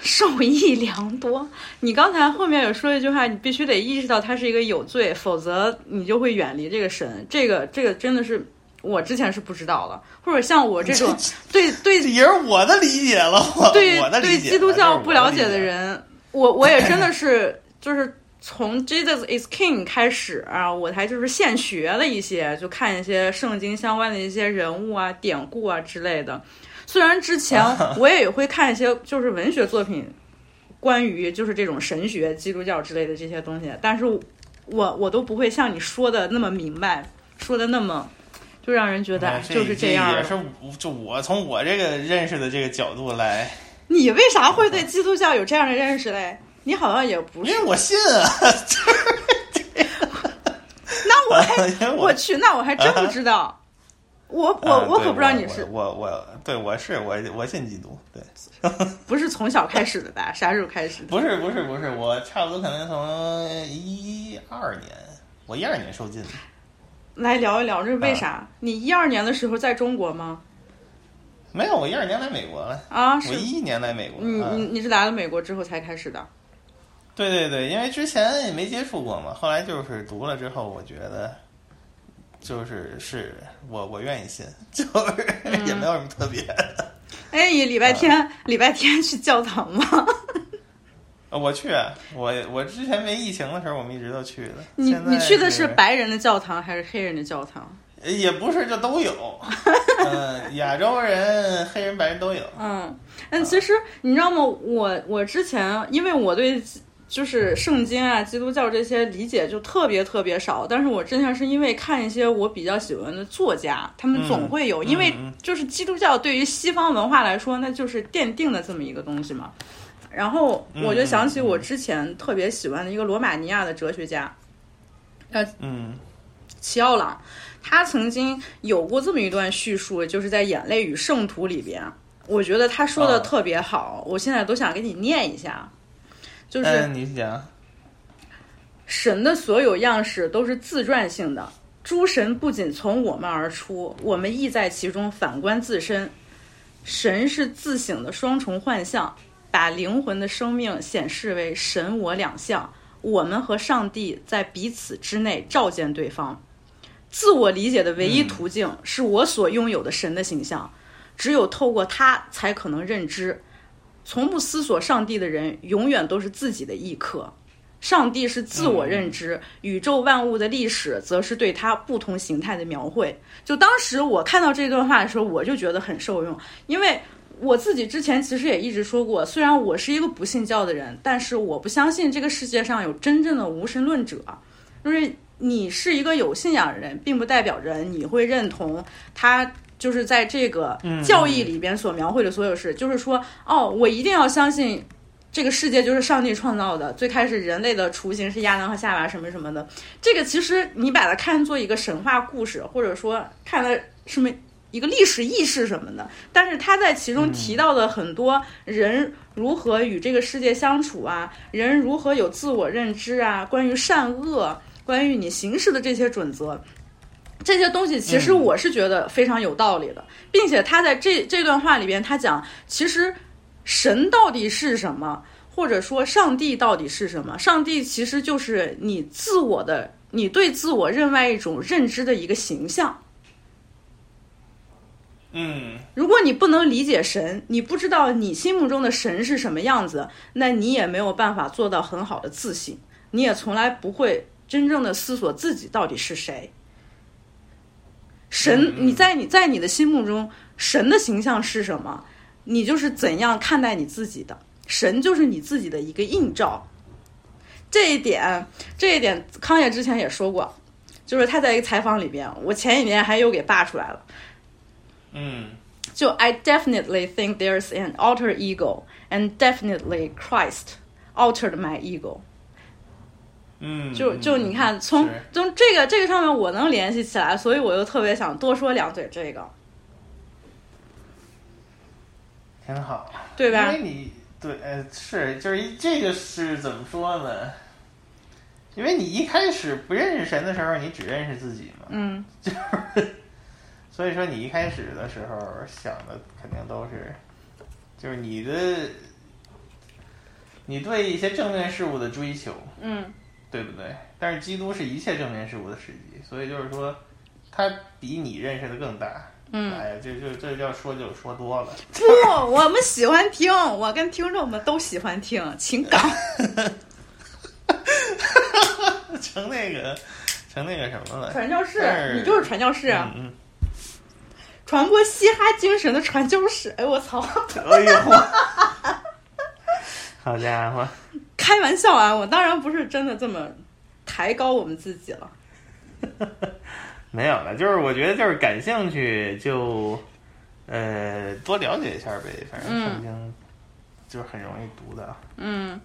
受益良多。你刚才后面有说一句话，你必须得意识到他是一个有罪，否则你就会远离这个神。这个这个真的是我之前是不知道的，或者像我这种对对
这也是我的理解了，我
对
我的理
对
解
基督
了
教不了解
这
的
是我的理解
人，我我也真的是就是从 Jesus is King 开始啊，我才就是现学了一些，就看一些圣经相关的一些人物啊、典故啊之类的。虽然之 前我也会看一些就是文学作品，关于就是这种神学、基督教之类的这些东西，但是我我都不会像你说的那么明白，说的那么就让人觉得哎
嗯
就是
这
样
也
了。
是我就我从我这个认识的这个角度来，
你为啥会对基督教有这样的认识嘞？你好像也不
因
是。
为我信啊，
那我还，
因为
我去，那我还真不知道。我
啊
我我可
对
不知道你是
我我我对我是我我信基督，对，
不是从小开始的吧？啥时候开始的？
不是不是不是，我差不多可能从一二年，我一二年受禁的，
来聊一聊这是为
啊
啥？你一二年的时候在中国吗？
没有，我一二年来美国了，
啊，
我
是，嗯
一一年来美国，
你
啊
你你是来了美国之后才开始的？
对对对，因为之前也没接触过嘛，后来就是读了之后，我觉得就是是我我愿意信， 就是、也没有什么特别。
哎，你
啊
礼拜天礼拜天去教堂吗？嗯
呃我去啊，我我之前没疫情的时候，我们一直都去的。
你
现在
你去的
是
是白人的教堂还是黑人的教堂？
呃也不是，就都 有。嗯、亚洲人、黑人、白人都有。
嗯，但其实你知道吗？我我之前因为我对就是圣经啊、基督教这些理解就特别特别少，但是我之前是因为看一些我比较喜欢的作家，他们总会有，
嗯
因为
嗯嗯
就是基督教对于西方文化来说，那就是奠定的这么一个东西嘛。然后我就想起我之前特别喜欢的一个罗马尼亚的哲学家
嗯
齐奥朗，他曾经有过这么一段叙述，就是在《眼泪与圣徒》里边，我觉得他说的
哦
特别好，我现在都想给你念一下，就
嗯、
是
你讲，
神的所有样式都是自传性的，诸神不仅从我们而出，我们亦在其中反观自身。神是自省的双重幻象，把灵魂的生命显示为神我两相。我们和上帝在彼此之内照见对方。自我理解的唯一途径是我所拥有的神的形象，只有透过它才可能认知。从不思索上帝的人，永远都是自己的异客。上帝是自我认知，宇宙万物的历史则是对它不同形态的描绘。就当时我看到这段话的时候，我就觉得很受用，因为我自己之前其实也一直说过，虽然我是一个不信教的人，但是我不相信这个世界上有真正的无神论者。就是你是一个有信仰的人，并不代表着你会认同他就是在这个教义里边所描绘的所有事。就是说，哦，我一定要相信这个世界就是上帝创造的，最开始人类的雏形是亚当和夏娃什么什么的。这个其实你把它看作一个神话故事，或者说看了什么。一个历史意识什么的，但是他在其中提到的很多人如何与这个世界相处啊，人如何有自我认知啊，关于善恶，关于你行事的这些准则，这些东西其实
嗯
我是觉得非常有道理的，并且他在这这段话里边，他讲其实神到底是什么，或者说上帝到底是什么？上帝其实就是你自我的，你对自我另外一种认知的一个形象。
嗯，
如果你不能理解神，你不知道你心目中的神是什么样子，那你也没有办法做到很好的自信，你也从来不会真正的思索自己到底是谁。神，你在你在你的心目中，神的形象是什么？你就是怎样看待你自己的。神就是你自己的一个映照。这一点，这一点，康也之前也说过，就是他在一个采访里边，我前几年还又给扒出来了。
嗯
就 I definitely think there's an alter ego, and definitely Christ altered my ego
嗯，
就。就你看，从
是
从这个这个上面我能联系起来，所以我又特别想多说两嘴这个，
挺好，
对吧
因为你对，呃，是就是一这个是怎么说呢？因为你一开始不认识神的时候，你只认识自己嘛，
嗯，
所以说你一开始的时候想的肯定都是，就是你的，你对一些正面事物的追求，
嗯，
对不对？但是基督是一切正面事物的实际，所以就是说，他比你认识的更大。
嗯
哎呀，这就这叫说就说多了。
不，我们喜欢听，我跟听众们都喜欢听情感。
成那个成那个什么了。
传教士
但，
你就是传教士，啊
嗯
传播嘻哈精神的传教士。哎，我操！
嗯，哎呦嚯，好家伙，
开玩笑啊，我当然不是真的这么抬高我们自己了。
没有了，就是我觉得就是感兴趣就呃多了解一下呗，反正圣经就是很容易读的。
嗯，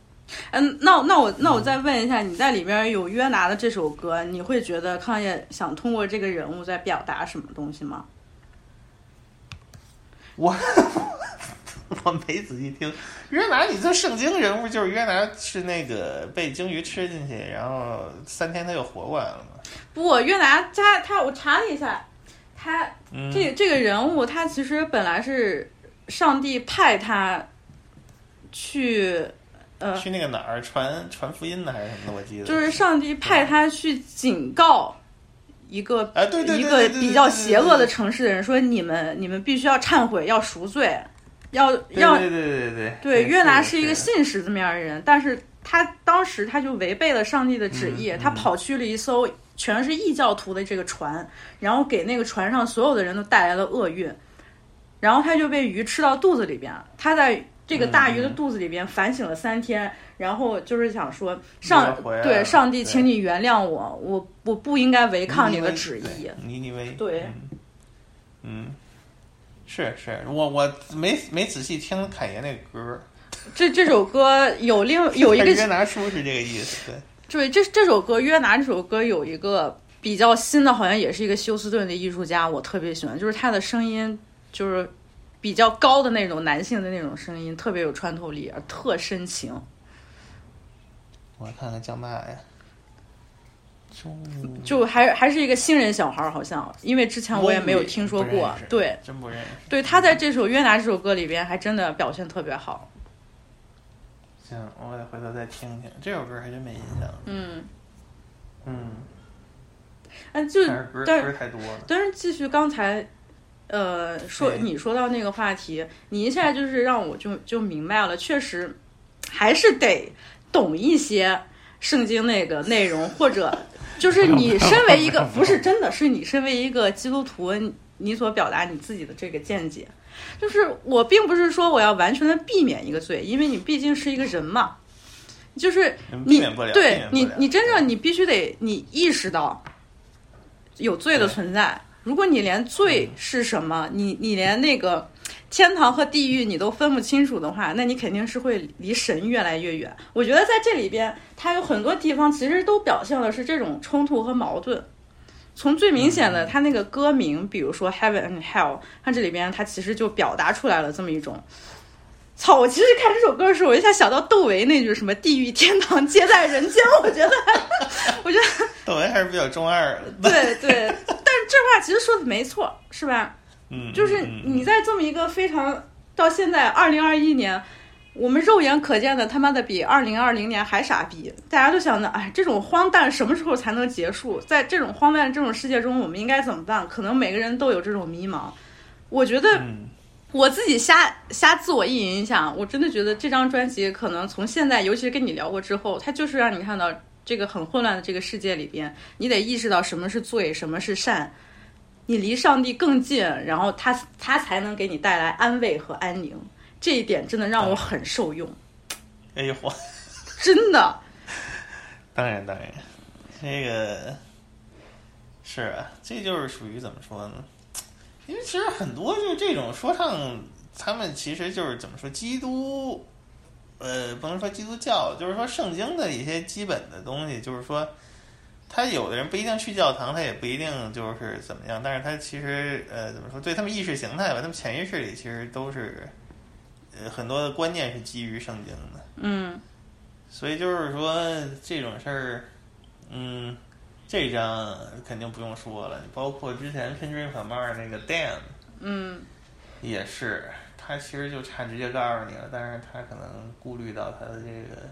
嗯，那那我那我再问一下，你在里边有约拿的这首歌，你会觉得康也想通过这个人物在表达什么东西吗？
我我没仔细听，约拿，你这圣经人物就是约拿是那个被鲸鱼吃进去，然后三天他又活过来了嘛。
不，约拿他他我查了一下，他
嗯，
这这个人物他其实本来是上帝派他去，呃，
去那个哪儿传传福音的还是什么的，我记得
就是上帝派他去警告一个
哎对对对
一
对
个
对对
比较
对对
邪恶
对
的城市的人说：“你们你们必须要忏悔，要赎罪，要
对
要
对对对对对
对。”约拿是一个
的
信使这么样的人，但是他当时他就违背了上帝的旨意，
嗯嗯
他跑去了一艘全是异教徒的这个船，然后给那个船上所有的人都带来了厄运，然后他就被鱼吃到肚子里边，他在。这个大鱼的
嗯嗯
肚子里边反省了三天，然后就是想说
要
上
回来
对
了
上帝，
对
请你原谅我，我我不应该违抗
尼
你
尼
的
微
旨意。，
尼尼微，
对
嗯，嗯是是，我我没没仔细听侃爷那歌儿，
这这首歌有另 有一
但
个
是约拿书是这个意思，对，
对，这这首歌《约拿》这首歌有一个比较新的，好像也是一个休斯顿的艺术家，我特别喜欢，就是他的声音就是比较高的那种男性的那种声音，特别有穿透力，而特深情。
我看看叫嘛呀，中午
就还还是一个新人小孩，儿，好像因为之前我也没有听说
不
过
认识。
对
真不认识，
对，他在这首《约拿》这首歌里边还真的表现特别好。
行，我得回头再听听这首歌，还真没印象，
嗯，
嗯，
哎，就
但是歌
但是
歌太多了，
但是继续刚才，呃，说
对
你说到那个话题，你一下就是让我就就明白了，确实还是得懂一些圣经那个内容，或者就是你身为一个不是真的是你身为一个基督徒，你你所表达你自己的这个见解，就是我并不是说我要完全的避免一个罪，因为你毕竟是一个人嘛，就是
嗯避
你
免不了，避
对
免不
你
了，
你真正你必须得你意识到有罪的存在。如果你连罪
嗯
是什么，你你连那个天堂和地狱你都分不清楚的话，那你肯定是会离神越来越远。我觉得在这里边，它有很多地方其实都表现的是这种冲突和矛盾。从最明显
嗯
的，它那个歌名，比如说《Heaven and Hell》，它这里边它其实就表达出来了这么一种。操！我其实看这首歌的时候，我一下想到窦唯那句什么“地狱天堂皆在人间”，我觉得，我觉得
窦唯还是比较中二的，
对对。但是这话其实说的没错，是吧？
嗯，
就是
嗯
你在这么一个非常到现在二零二一年，我们肉眼可见的他妈的比二零二零年还傻逼，大家都想着，哎，这种荒诞什么时候才能结束？在这种荒诞的这种世界中，我们应该怎么办？可能每个人都有这种迷茫。我觉得
嗯
我自己瞎瞎自我意淫一下，我真的觉得这张专辑可能从现在，尤其是跟你聊过之后，它就是让你看到这个很混乱的这个世界里边，你得意识到什么是罪，什么是善，你离上帝更近，然后他他才能给你带来安慰和安宁。这一点真的让我很受用。
哎呦嚯！
真的。
当然当然，这个是啊，这就是属于怎么说呢？因为其实很多就是这种说唱，他们其实就是怎么说，基督，呃，不能说基督教，就是说圣经的一些基本的东西，就是说，他有的人不一定去教堂，他也不一定就是怎么样，但是他其实呃怎么说，对他们意识形态吧，他们潜意识里其实都是，呃，很多的观念是基于圣经的。
嗯
所以就是说这种事儿，嗯，这张肯定不用说了。包括之前 Kendrick Lamar 那个 Damn
嗯
也是，他其实就差直接告诉你了，但是他可能顾虑到他的这个，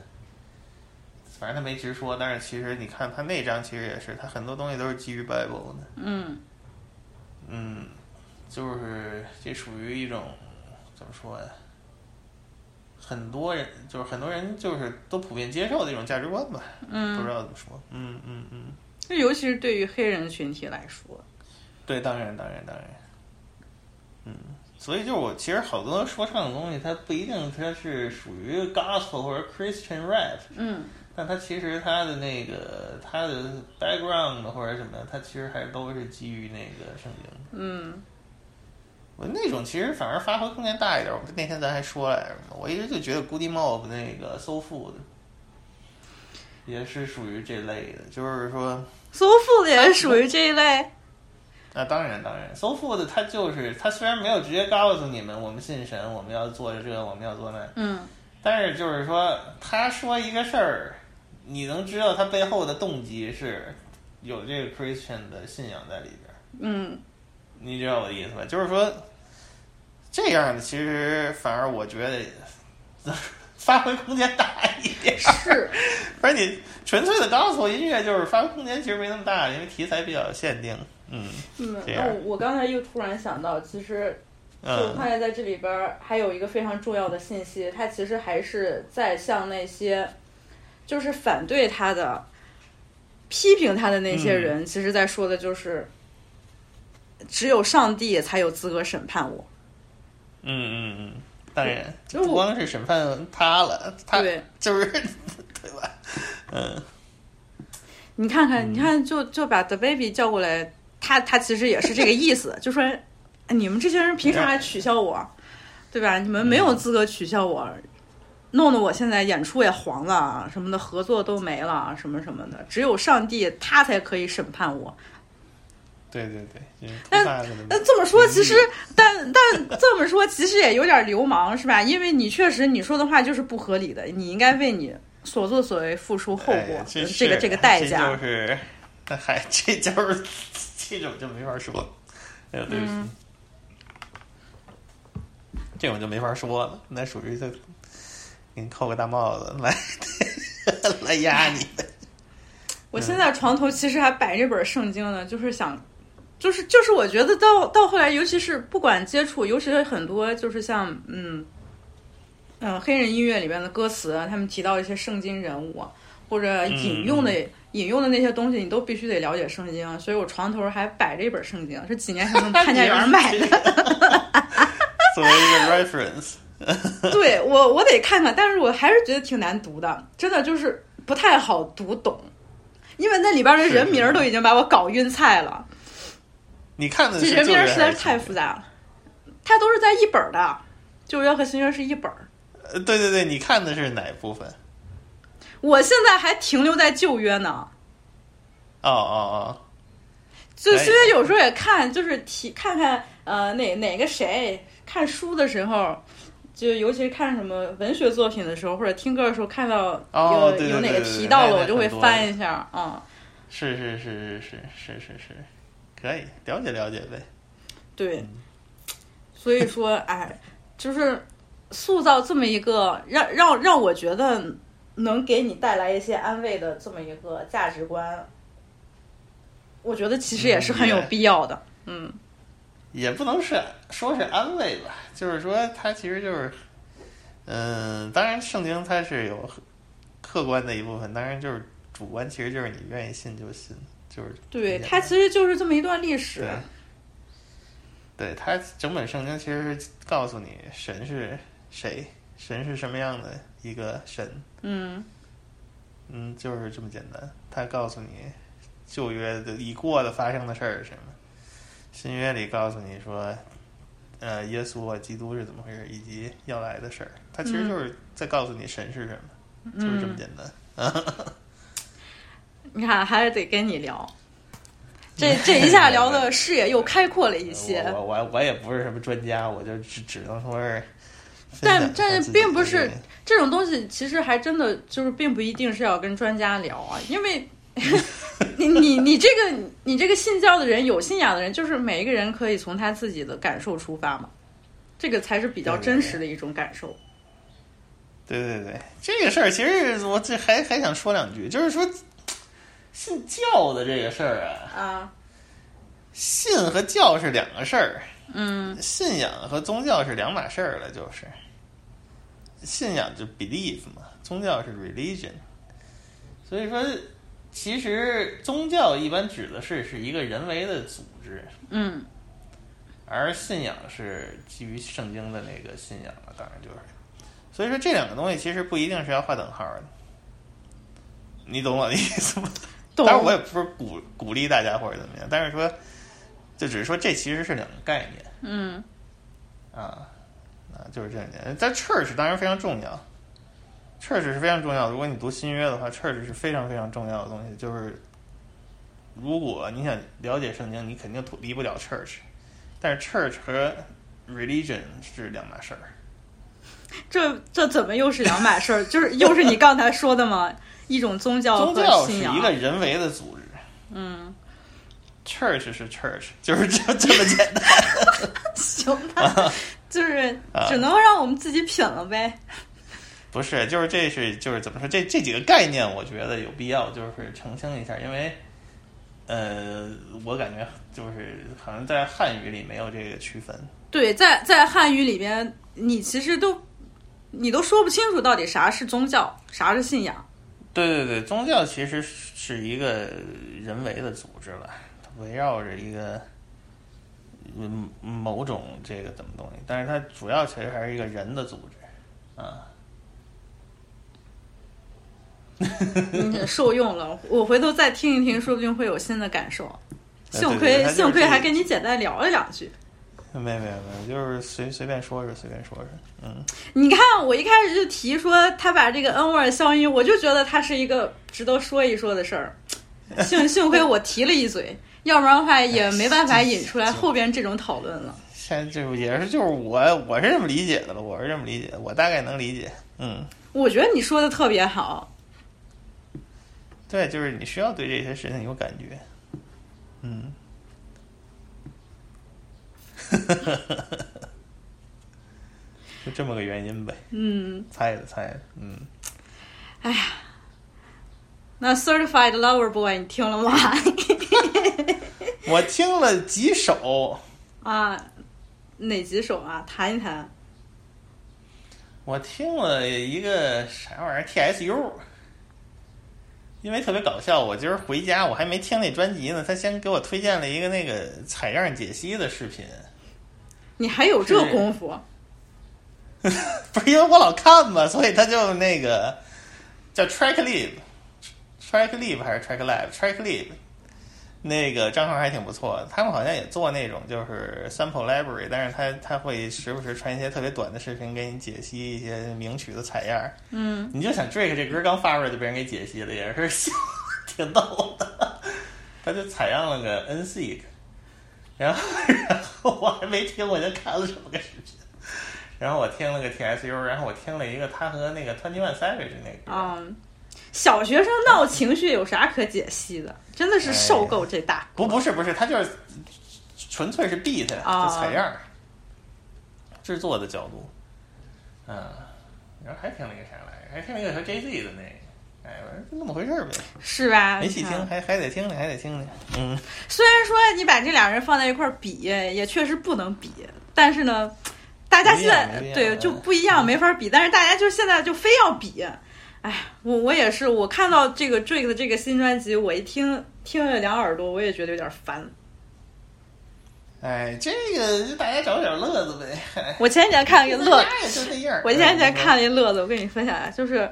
反正他没直说。但是其实你看他那张其实也是，他很多东西都是基于 Bible 的。
嗯
嗯，就是这属于一种怎么说呀？很多人就是很多人就是都普遍接受的一种价值观吧。不知
嗯，
道怎么说。嗯嗯嗯，
就尤其是对于黑人群体来说，
对，当然当然当然。嗯，所以就是我其实好多说唱的东西，它不一定它是属于 gospel 或者 Christian rap，
嗯
但它其实它的那个它的 background 或者什么的，它其实还都是基于那个圣经。
嗯
我那种其实反而发挥空间大一点。我那天咱还说来着嘛，我一直就觉得 Goody Mob 那个 Soul Food 也是属于这类的，就是说。
，so food 也是属于这一类。
那当然，当然，So Food 它就是它虽然没有直接告诉你们我们信神，我们要做这，我们要做那，
嗯
但是就是说他说一个事儿，你能知道他背后的动机是有这个 Christian 的信仰在里边儿，
嗯
你知道我的意思吧？就是说这样的其实反而我觉得 发挥空间大一点。
是，
反正你纯粹的告诉我音乐就是发挥空间其实没那么大，因为题材比较限定。嗯
嗯，
这样
那我我刚才又突然想到，其实就
嗯
跨越在这里边儿还有一个非常重要的信息，它其实还是在向那些就是反对他的、批评他的那些
嗯
人，其实在说的就是，只有上帝才有资格审判我。
嗯嗯，嗯，当然，
就是
不
我
光是审判他了，他
对
就是 对吧？嗯，
你看看，你看就，就把 The Baby 叫过来，他他其实也是这个意思，就说哎你们这些人凭啥来取笑我，对吧？你们没
嗯
有资格取笑我，弄得我现在演出也黄了，什么的合作都没了，什么什么的，只有上帝他才可以审判我。
对对对，就是
但
他可能
那这么说，
嗯
其实，但但这么说，其实也有点流氓，是吧？因为你确实你说的话就是不合理的，你应该为你所作所为付出后
哎
果，嗯
这
这个
是
这个代
这
价。
就是，那还这就是这种就没法说，哎呦，对不起，
嗯
这种就没法说了，那属于就给你扣个大帽子来 来压 你的，
我
嗯
现在床头其实还摆着本圣经呢，就是想，就是就是我觉得到到后来，尤其是不管接触，尤其是很多就是像嗯嗯、呃黑人音乐里边的歌词啊，他们提到一些圣经人物啊或者
嗯
引用的、引用的那些东西，你都必须得了解圣经。啊所以我床头还摆着一本圣经，是几年 前从潘家园买的。
作为一个 reference，
对我我得看看，但是我还是觉得挺难读的，真的就是不太好读懂，因为那里边的
是
人
是
名儿
是
都已经把我搞晕菜了。
你看的
这
是
人名
旧
儿
约
实在
还
是
是
太
新
复杂了，它都是在一本儿的，旧约和新约是一本儿。
呃对对对，你看的是哪部分？
我现在还停留在旧约呢，
哦哦哦，
就
哎
新约有时候也看，就是提看看呃哪哪个谁看书的时候。就尤其是看什么文学作品的时候，或者听歌的时候，看到有、
哦对对
有哪个
对对
提
对
到
那
了，我
那
就会
很多
翻一下。嗯，
是是是是是是是是，可以了解了解呗。
对，
嗯
所以 说，哎，就是塑造这么一个让让让我觉得能给你带来一些安慰的这么一个价值观，我觉得其实
嗯
也是很有必要的。嗯
也不能是说是安慰吧，就是说它其实就是，嗯、当然圣经它是有客观的一部分，当然就是主观，其实就是你愿意信就信，就是
对，
理解
它其实就是这么一段历史
对。，对它整本圣经其实是告诉你神是谁，神是什么样的一个神？
嗯
嗯，就是这么简单。他告诉你旧约的已过的发生的事儿是什么，新约里告诉你说，呃，耶稣啊，基督是怎么回事，以及要来的事儿。他其实就是在告诉你神是什么，就是这么
嗯，
简单。
你看还是得跟你聊， 这这一下聊的视野又开阔了一些。
我我我我也不是什么专家，我就只只能说是分享一下
但
自己的
但
观点，
是并不是这种东西，其实还真的就是并不一定是要跟专家聊啊，因为 你你你这个你这个信教的人，有信仰的人，就是每一个人可以从他自己的感受出发嘛，这个才是比较
对对
真
对
实的一种感受。
对对对，这个事儿其实我这还还想说两句，就是说信教的这个事儿啊，
啊，
信和教是两个事儿，
嗯
信仰和宗教是两码事儿了，就是信仰就 belief 嘛，宗教是 religion，所以说其实宗教一般指的是是一个人为的组织，
嗯
而信仰是基于圣经的那个信仰了，当然就是，所以说这两个东西其实不一定是要画等号的，你懂我的意思吗？
懂
当然我也不是鼓鼓励大家或者怎么样，但是说，就只是说这其实是两个概念
嗯
啊，啊，就是这两点。但 church 当然非常重要，church 是非常重要的。如果你读新约的话，church 是非常非常重要的东西，就是如果你想了解圣经，你肯定脱离不了 church，但是 church 和 religion 是两码事儿。
这这怎么又是两码事儿？就是又是你刚才说的吗？一种宗教
宗
哦和
教是
信仰
一，个人为的组织
嗯，
，church 是 church，就是这这么简单。
行吧，就是
啊
只能让我们自己品了呗。
不是，就是这是就是怎么说？这这几个概念，我觉得有必要就是澄清一下，因为，呃，我感觉就是好像在汉语里没有这个区分。
对，在在汉语里边，你其实都你都说不清楚到底啥是宗教，啥是信 仰。
对对对，宗教其实是一个人为的组织了，它围绕着一个嗯某种这个怎么东西，但是它主要其实还是一个人的组织啊。
嗯，受用了，我回头再听一听，说不定会有新的感受。
对
幸
对
亏
哎对它就是
幸亏
这
还跟你简单聊了两句。
没有没有没有，就是随随便说说，随便说说，嗯。
你看，我一开始就提说他把这个 N word 消音，我就觉得它是一个值得说一说的事儿。幸 幸亏我提了一嘴，要不然的话
哎
也没办法引出来后边这种讨论了。
现在就是也是就是我我是这么理解的了，我是这么理解，我大概能理解。嗯，
我觉得你说的特别好，
对，就是你需要对这些事情有感觉。嗯， 就这么个原因呗，
嗯。
猜的猜的。嗯，
那 Certified Lover Boy 你听了吗？
我听了几首，
啊，哪几首啊？谈一谈。
我听了一个啥玩意儿 TSU，因为特别搞笑，我今儿回家我还没听那专辑呢，他先给我推荐了一个那个采样解析的视频。
你还有这功夫？
不是因为我老看嘛，所以他就那个叫 Track Lib，Track Lib 还是 Track Lab，Track Lib 那个账号还挺不错的。他们好像也做那种就是 sample library，但是他他会时不时传一些特别短的视频给你解析一些名曲的采样儿。
嗯，
你就想 Drake 这歌刚发出来就被人给解析了，也是笑挺逗的。他就采样了个 N Seek，然后然后我还没听，我就看了这么个视频。然后我听了个 TSU，然后我听了一个他和那个 Twenty One Savage 那个歌，
嗯，小学生闹情绪有啥可解析的？真的是
哎
受够这大
不不是不是，他就是纯粹是 beat，
啊
就采样儿，制作的角度，嗯，然后还听了一个啥来着？还听了一个和 Jay Z 的那个，哎，反正就那么回事儿呗。
是吧？
没细
你
听，
看
还还得听呢，还得听呢。嗯，
虽然说你把这俩人放在一块儿比，也确实不能比，但是呢，大家现在
不一样不一样
对
嗯
就不一样，没法比。但是大家就现在就非要比，哎，我我也是，我看到这个 Drake 的这个新专辑，我一听听了两耳朵，我也觉得有点烦。
哎，这个就大家找点乐子呗。哎
我前几天 看了一个乐
大，家也就那样儿。
我前几天
哎
看了一乐子，我跟你分享一下，就是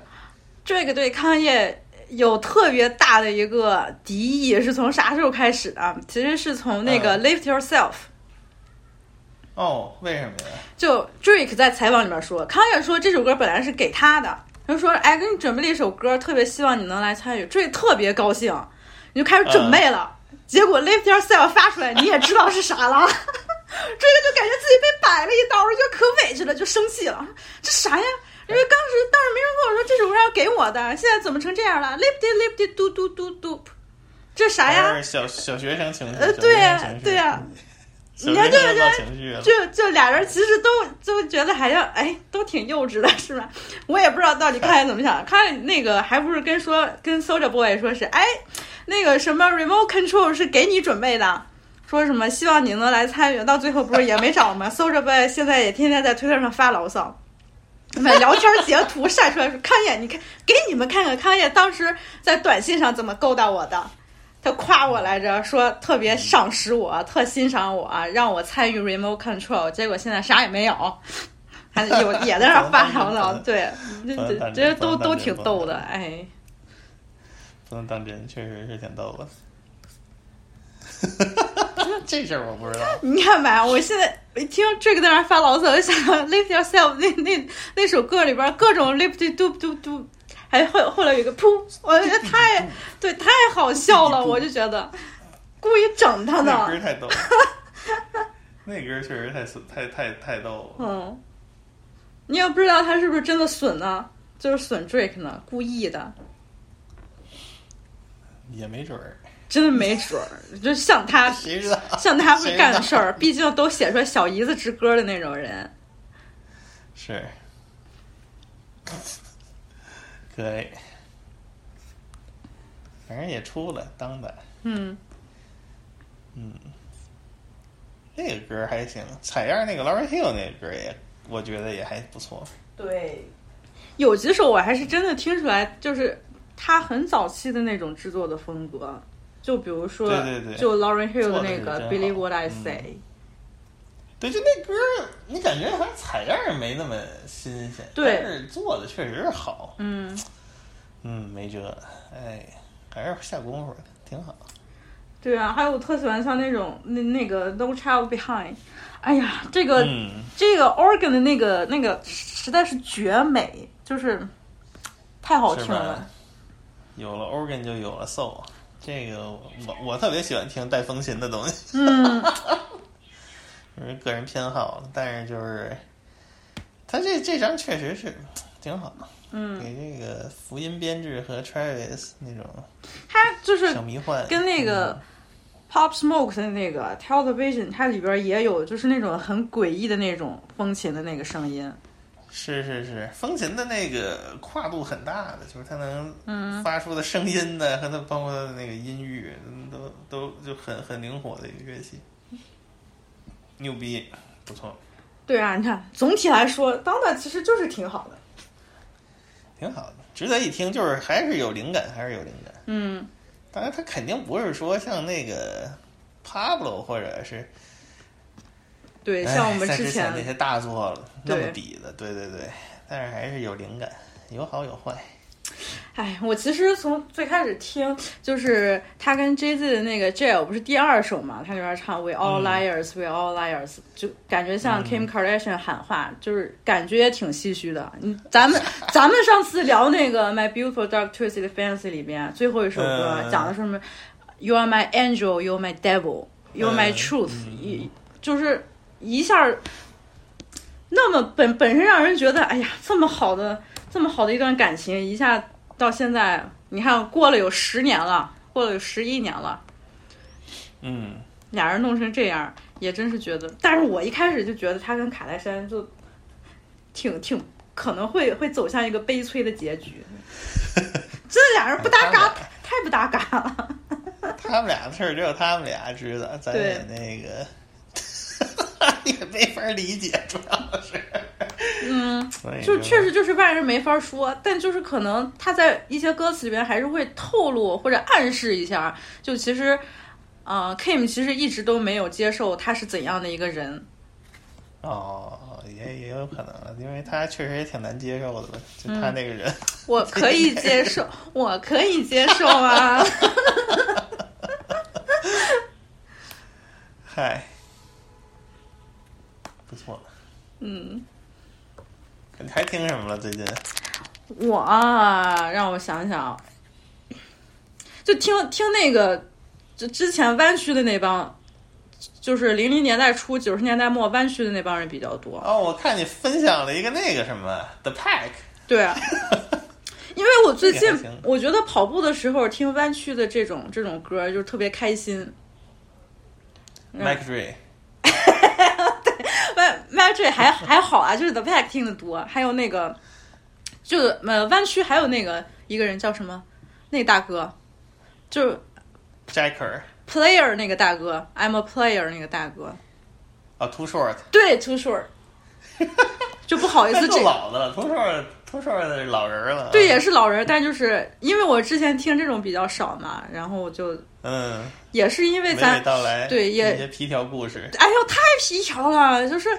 这个对康业有特别大的一个敌意，是从啥时候开始的啊？其实是从那个
嗯
Lift Yourself，、
哦，为什么呀？
就 Drake 在采访里面说，康业说这首歌本来是给他的，他就说哎，给你准备了一首歌，特别希望你能来参与，Drake 特别高兴，你就开始准备了。
嗯
结果 Lift Yourself 发出来，你也知道是啥了。这个 就感觉自己被摆了一刀，就可委屈了，就生气了。这啥呀？因为当时当时没人跟我说这首歌要给我的，现在怎么成这样了？Lift it, lift it, do do do do，这啥呀？
还是小小学生情绪。
呃
哎小学生
对呀
情绪
对呀
小
你看
学
这
生
个
闹
就
情绪了。
就就俩人其实都都觉得好像哎，都挺幼稚的，是吧？我也不知道到底看见怎么想，看那个还不是跟说跟 Soldier Boy 说是哎，那个什么 Remote Control 是给你准备的，说什么希望你能来参与，到最后不是也没找吗？Soldier Boy 现在也天天在推特上发牢骚。把聊天截图晒出来说：“康业，你看，给你们看看康业当时在短信上怎么勾搭我的。”他夸我来着，说特别赏识我，特欣赏我，让我参与 remote control。结果现在啥也没有，还有也在那儿发 牢骚。对，这这这都都挺逗的，哎。
不能当真，确实是挺逗的。 这事儿我不知道。
你看吧，我现在一听这个在那儿发牢骚，我就想到 lift yourself 那那那首歌里边各种 lift do do do，还后后来有一个噗，我觉得太对太好笑了，我就觉得故意整他
那
呢
歌儿。太逗了，那歌儿确实太损太太太逗了。
嗯，你也不知道他是不是真的损呢，就是损 Drake 呢，故意的，
也没准儿，
真的没准儿，就像他
谁知道？
像他会
谁
干的
呢
事儿，毕竟都写出来小姨子之歌的那种人。
是，可以，反正也出了，当的，
嗯，
那个歌儿还行，采样儿那个 Lauryn Hill 那个歌儿也，我觉得也还不错。
对，有几首我还是真的听出来，就是他很早期的那种制作的风格，就比如说，
对对对
就 Lauren Hill 的那个
做得是真好嗯
Believe What I Say，、
对，就那歌儿，你感觉好像采样儿没那么新鲜，
对
但是做的确实是好。
嗯
嗯，没辙，哎，还是下功夫的，挺好。
对啊，还有我特喜欢像那种那那个 No Child Behind，哎呀，这个、
嗯，
这个 organ 的那个那个实在是绝美，就是太好
是
听啊
吧
了。？
有了 organ 就有了 soul，这个我我特别喜欢听带风琴的东西，
嗯，
就是个人偏好，但是就是他这这张确实是挺好，
嗯，
给这个福音编制和 Travis 那种
他 就是
小迷幻
跟那个 Pop Smoke 的那个 Tell the Vision，它里边也有就是那种很诡异的那种风琴的那个声音。
是是是，风琴的那个跨度很大的，就是它
嗯
能发出的声音呢，和它包括它的那个音域，嗯都都就很很灵活的一个乐器，牛逼，不错，
对啊，你看总体来说，当代其实就是挺好的。
挺好的，值得一听，就是还是有灵感，还是有灵感。
嗯，
当然，它肯定不是说像那个 Pablo 或者是
对，
哎
像我们
在
之
之
前
那些大作了那么
对
比的，对对对，但是还是有灵感，有好有坏。
哎，我其实从最开始听，就是他跟 Jay Z 的那个 Jail 不是第二首嘛，他里边唱 We all liars,、we all liars，就感觉像 Kim Kardashian 喊话，就是感觉也挺唏嘘的。你咱们咱们上次聊那个 My Beautiful Dark Twisted Fantasy 里边最后一首歌
嗯
讲的是什么？You are my angel, you are my devil, you are my
嗯
truth，、
嗯
一就是一下儿那么本本身让人觉得，哎呀，这么好的这么好的一段感情，一下到现在，你看过了有十年了，过了有十一年了，
嗯，
俩人弄成这样，也真是觉得。但是我一开始就觉得他跟卡戴珊就挺挺可能会会走向一个悲催的结局，真的俩人不搭嘎，太不搭嘎了。
他们俩的事儿只有他们俩知道，咱也那个 也没法理解，主要是。
嗯，
所以
就确实就是外人没法说，但就是可能他在一些歌词里边还是会透露或者暗示一下，就其实呃，Kim 其实一直都没有接受他是怎样的一个人。
哦，也也有可能，因为他确实也挺难接受的吧，就
嗯
他那个人，
我可以接受，我可以接受啊。
嗨，不错，
嗯，
你还听什么了最近？
我啊让我想想，就听听那个，就之前湾区的那帮，就是零零年代初、九十年代末湾区的那帮人比较多。
哦，我看你分享了一个那个什么 The Pack，
对 啊，因为我最
这
近
个还行
我觉得跑步的时候听湾区的这种这种歌，就是特别开心。嗯
Mike Dre，
湾湾这还还好啊，就是 The Pack 听的多，还有那个，就是呃湾区还有那个一个人叫什么，那大哥，就是
Jacker，
Player 那个大哥，I'm a Player 那个大哥，
啊，Too Short，
对，Too Short，就不好意
那
思
够
这。
老嗯的了，Too Short，Too Short 的老人了。
对，，也是老人，但就是因为我之前听这种比较少嘛，然后我就
嗯，
也是因为
娓
咱
娓道来，
对也
一些皮条故事。
哎呦，太皮条了！ 就是，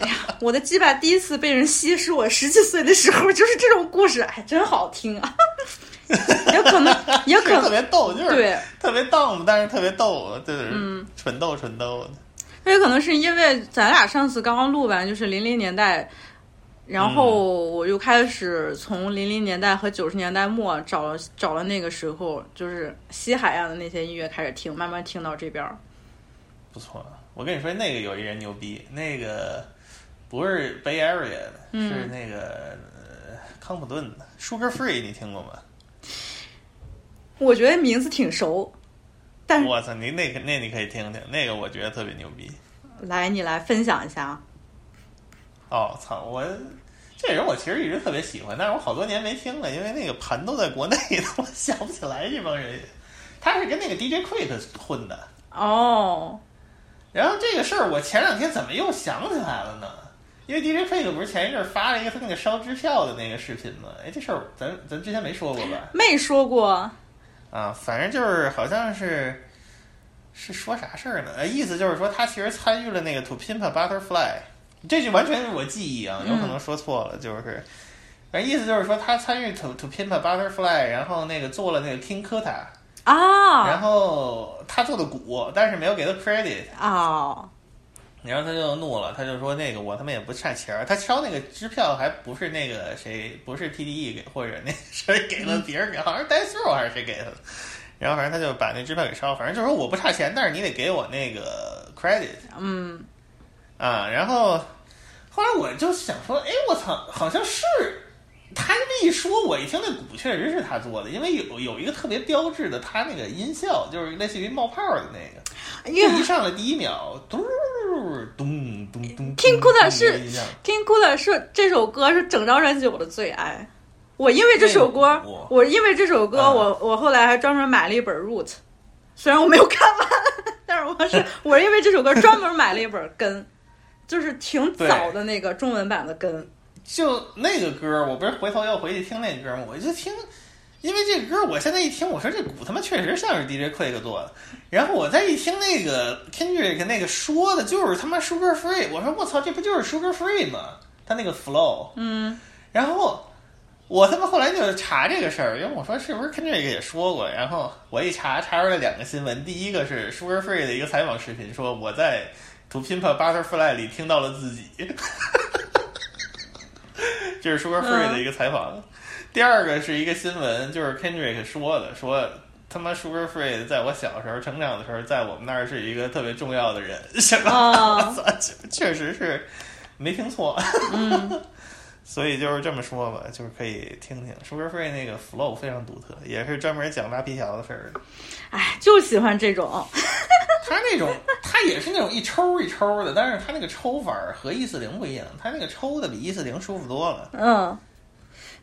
哎呀，我的鸡巴第一次被人吸是我十几岁的时候，就是这种故事，哎，真好听啊！ 也可 能，也
是
可
特
能，
别逗，就是
对，嗯
特别 dumb，但是特别逗，就是蠢逗蠢逗的。
也可能是因为咱俩上次刚刚录完，就是零零年代，然后我又开始从零零年代和九十年代末找了找了那个时候就是西海岸的那些音乐开始听，慢慢听到这边儿。
不错。我跟你说，那个有一人牛逼，那个不是 Bay Area 的，
嗯
是那个、呃、康普顿的 Sugar Free，你听过吗？
我觉得名字挺熟，但是
我操，你那个那你可以听听，那个我觉得特别牛逼。
来你来分享一下啊。
哦，操，我这人我其实一直特别喜欢，但是我好多年没听了，因为那个盘都在国内 了，我想不起来这帮人。他是跟那个 DJ Quick 混的，
哦，
然后这个事儿，我前两天怎么又想起来了呢？因为 DJ Quick 不是前一阵儿发了一个他那个烧支票的那个视频吗？哎，这事儿咱咱之前没说过吧？
没说过。
啊，反正就是好像是是说啥事儿呢？呃，意思就是说他其实参与了那个 To Pimp a Butterfly，这句完全是我记忆啊，有可能说错了，就是。反正意思就是说，他参与 to to pimp a butterfly，然后那个做了那个 King Kuta，然
啊
后他做的鼓，但是没有给他 credit，
哦，
然后他就怒了，他就说那个我他妈也不差钱儿，他烧那个支票还不是那个谁，不是 TDE 给或者那呃谁给了别人给，好像是 d a c e 还是谁给的，然后反正他就把那支票给烧，反正就说我不差钱，但是你得给我那个 credit
嗯，
啊，然后后来我就想说，哎我操，好像是。他这么一说，我一听那鼓确实是他做的，因为有有一个特别标志的，他那个音效就是类似于冒泡的那个，
因为
一上来第一秒，嘟咚咚咚
King Kuda 是
一下
King Kuda 是这首歌是整张专辑我的最爱。我因为这首歌
哎呦，
我因为这首歌，
啊
我我后来还专门买了一本《Root》，虽然我没有看完， 但是我 是我是因为这首歌专门买了一本《根》，就是挺早的那个中文版的《根》。
就那个歌，我不是回头又回去听那歌吗？我就听，因为这歌我现在一听，我说这鼓他妈确实像是 DJ Quick 做的。然后我再一听那个 Kendrick 那个说的，就是他妈 Sugar Free，我说我操，这不就是 Sugar Free 吗？他那个 flow，
嗯
然后我他妈后来就查这个事儿，因为我说是不是 Kendrick 也说过，然后我一查查出来两个新闻，第一个是 Sugar Free 的一个采访视频，说我在《To Pimp a Butterfly》里听到了自己， 这是 Sugar Free 的一个采访。第二个是一个新闻，就是 Kendrick 说的，说他妈 Sugar Free 在我小时候成长的时候，在我们那儿是一个特别重要的人， 什么？
啊
确实是没听错。
嗯，
所以就是这么说吧，就是可以听听 Sugar Free 那个 flow 非常独特，也是专门讲拉皮条的事儿的。
哎，就喜欢这种。
他那种，他也是那种一抽一抽的，但是他那个抽法儿和一四零不一样，他那个抽的比一四零舒服多了，
嗯，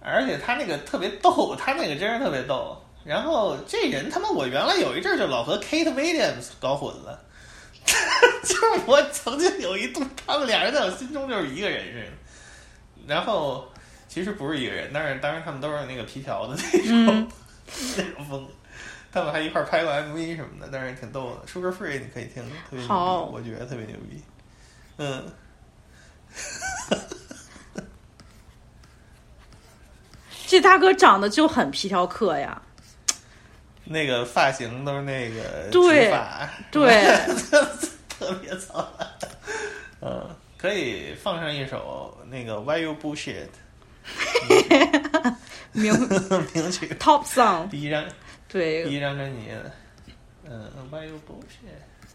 而且他那个特别逗，他那个真是特别逗。然后这人他妈，我原来有一阵儿就老和 Kate Williams 搞混了， 就是我曾经有一度，他们俩人在我心中就是一个人似的。然后 其实不是一个人，但是当时他们都是那个皮条的那种、那种风格，他们还一块儿拍过 MV 什么的，但是也挺逗的。Sugar Free 你可以听，特别牛
好
逼，我觉得特别牛逼。嗯，
这大哥长得就很皮条客呀，
那个发型都是那个
对
直发，
对，
特别操蛋。嗯，可以放上一首那个 Why You Bullshit
名
名曲，
top song，
第一张第
对，
一张专辑的。嗯，Why You Bullshit，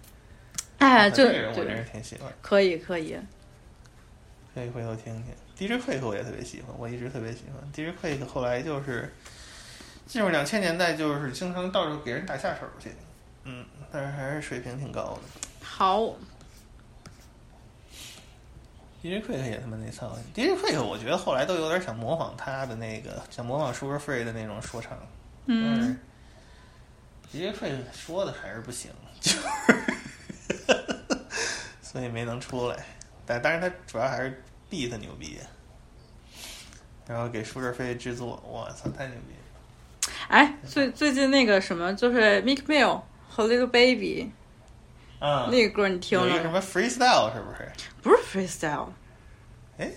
哎，就
啊这个人我真
对
是挺喜欢。
可以可以，
可以回头听听。DJ Quick 我也特别喜欢，我一直特别喜欢 DJ Quick。后来就是进入两千年代，就是经常到处给人打下手去，嗯，但是还是水平挺高的。
好，
DJ Quick 也他妈那操，DJ Quick 我觉得后来都有点想模仿他的那个，想模仿 Sugar Free 的那种说唱，
嗯，
，DJ Quick 说的还是不行，就是 所以没能出来。但当然他主要还是 beat 牛逼，然后给 Sugar Free 制作，我操，太牛逼了。
哎，最最近那个什么，就是 Mick Mill 和 Little Baby
嗯，
那个歌你听
有一
了
个什
吗？
么 freestyle 是不是？
不是 freestyle，
哎，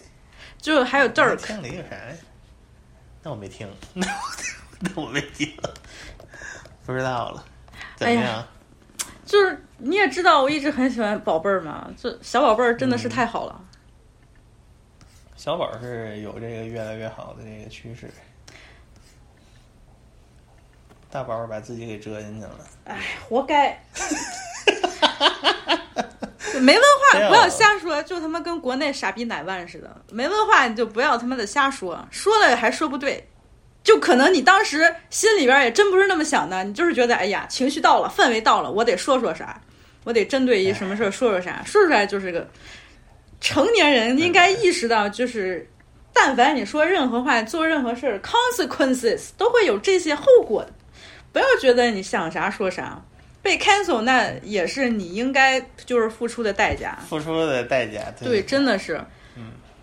就还有
我
Dirk，
听了一个啥呀？那我没听，那我 那我没听，不知道了。怎
哎
么样？
就是你也知道，我一直很喜欢宝贝儿嘛，这小宝贝儿真的
嗯
是太好了。
小宝是有这个越来越好的这个趋势，大宝把自己给折进去了。
活 该。没文化
没有
不要瞎说，就他妈跟国内傻逼奶万似的。没文化你就不要他妈的瞎说，说了还说不对，就可能你当时心里边也真不是那么想的，你就是觉得哎呀情绪到了，氛围到了，我得说说啥，我得针对一什么事儿说说啥，说出来就是个成年人应该意识到，就是但凡你说任何话、做任何事儿，consequences 都会有这些后果的。不要觉得你想啥说啥，被 cancel 那也是你应该就是付出的代价。
付出的代价，
对，真的是，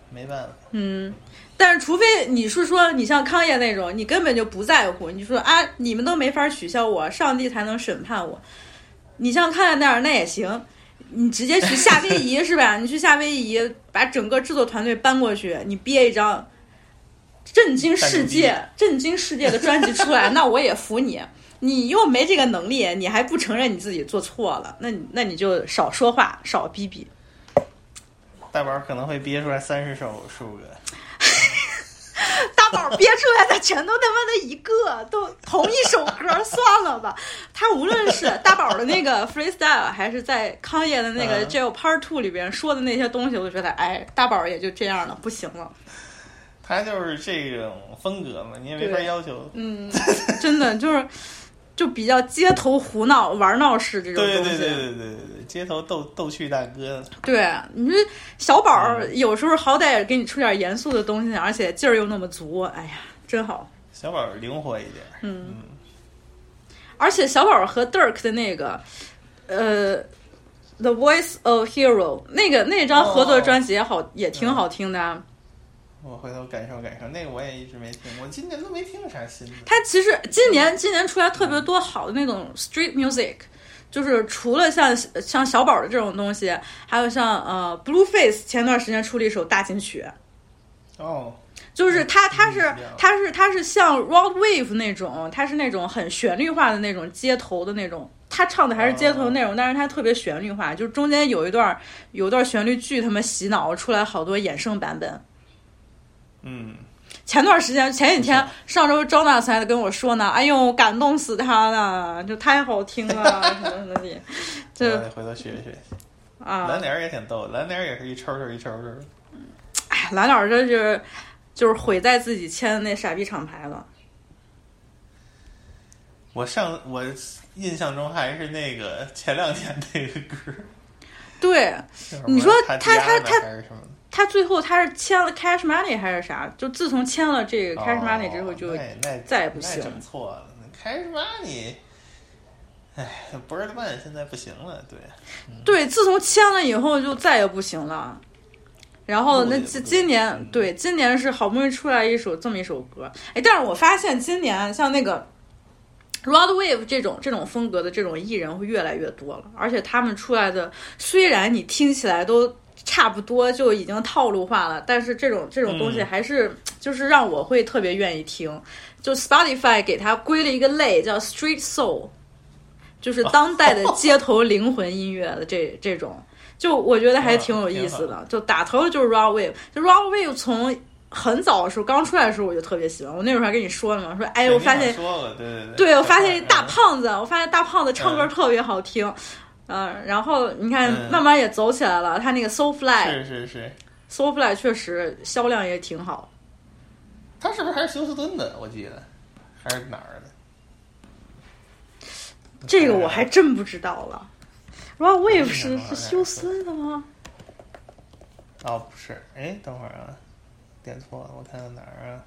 没办法。
嗯。但是，除非你是说你像康业那种，你根本就不在乎，你说啊，你们都没法取消我，上帝才能审判我。你像康业那样，那也行，你直接去夏威夷是吧？你去夏威夷，把整个制作团队搬过去，你憋一张震惊世界、震惊世界的专辑出来，那我也服你。你又没这个能力，你还不承认你自己做错了，那你那你就少说话，少逼逼。
大宝可能会憋出来三十首数个，
大宝憋出来的全都他妈的一个，都同一首歌，算了吧。他无论是大宝的那个 freestyle，还是在康业的那个
嗯
Jail Part Two 里边说的那些东西，我就觉得，哎，大宝也就这样了，不行了。
他就是这种风格嘛，你也没法
对
要求。
嗯，真的就是就比较街头胡闹、玩闹式这种
对
东
对
西。
对对对对对，街头逗逗趣大哥，
对你这小宝儿
嗯
有时候好歹也给你出点严肃的东西，而且劲儿又那么足，哎呀，真好。
小宝灵活一点。
嗯，
嗯。
而且小宝和 Dirk 的那个，呃，《The Voice of Hero》那个那张合作专辑也好，也挺好听的啊。
我回头感受感受，那个我也一直没听，我今年都没听啥新的。
他其实今年今年出来特别多好的那种 street music，就是除了像像小宝的这种东西，还有像呃 Blueface 前段时间出了一首大金曲，
哦，
就是它，它是
嗯这样
它是它是像 Road Wave 那种，它是那种很旋律化的那种街头的那种。他唱的还是街头
哦
内容，但是他特别旋律化，就是中间有一段有一段旋律巨他妈洗脑，出来好多衍生版本。
嗯，
前段时间前几天上周 Jonas 还跟我说呢，哎呦感动死他了，就太好听 了什么什么的，
我
就
得回头学一学。
啊
呃蓝，点儿也挺逗，蓝点儿也是一抽抽一抽抽。
哎，蓝老师这就是就是毁在自己签的那傻逼厂牌了。
我上我印象中还是那个前两天那个歌，
对，
叫什么
你说
他
他他他
还是什么？
他最后他是签了 Cash Money 还是啥？就自从签了这个 Cash Money 之后，就
哦那那
再也不行
那整错了。开什么你？哎，博尔特曼现在不行了，对，
对，自从签了以后就再也不行了。然后
路
那
也
今
不
今年
嗯
对今年是好不容易出来一首这么一首歌，哎，但是我发现今年像那个 Rod Wave 这种这种风格的这种艺人会越来越多了，而且他们出来的虽然你听起来都差不多，就已经套路化了，但是这种这种东西
嗯
还是、就是让我会特别愿意听。就 Spotify 给它归了一个类叫 Street Soul，就是当代的街头灵魂音乐的这这种，就我觉得还挺有意思
嗯
的。就打头就是 Rod Wave，就 Rod Wave 从很早的时候刚出来的时候我就特别喜欢，我那会儿还跟你说了嘛，说哎
对
我
你
发
好
现
像说过，对对对，嗯
对，我
太
发
棒
现一
了
大胖子，我发现大胖子唱歌
嗯
特别好听，嗯、然后你看、
嗯
慢慢也走起来了，他那个 Soul Fly
是是是，
Soul Fly 确实销量也挺好，
他是不是还是休斯顿的？我记得还是哪儿的？
这个我还真不知道了。Rod Wave
嗯
是
好
是
像
休斯顿的吗？
哦，不是，哎，等会儿啊，点错了，我看看哪儿啊？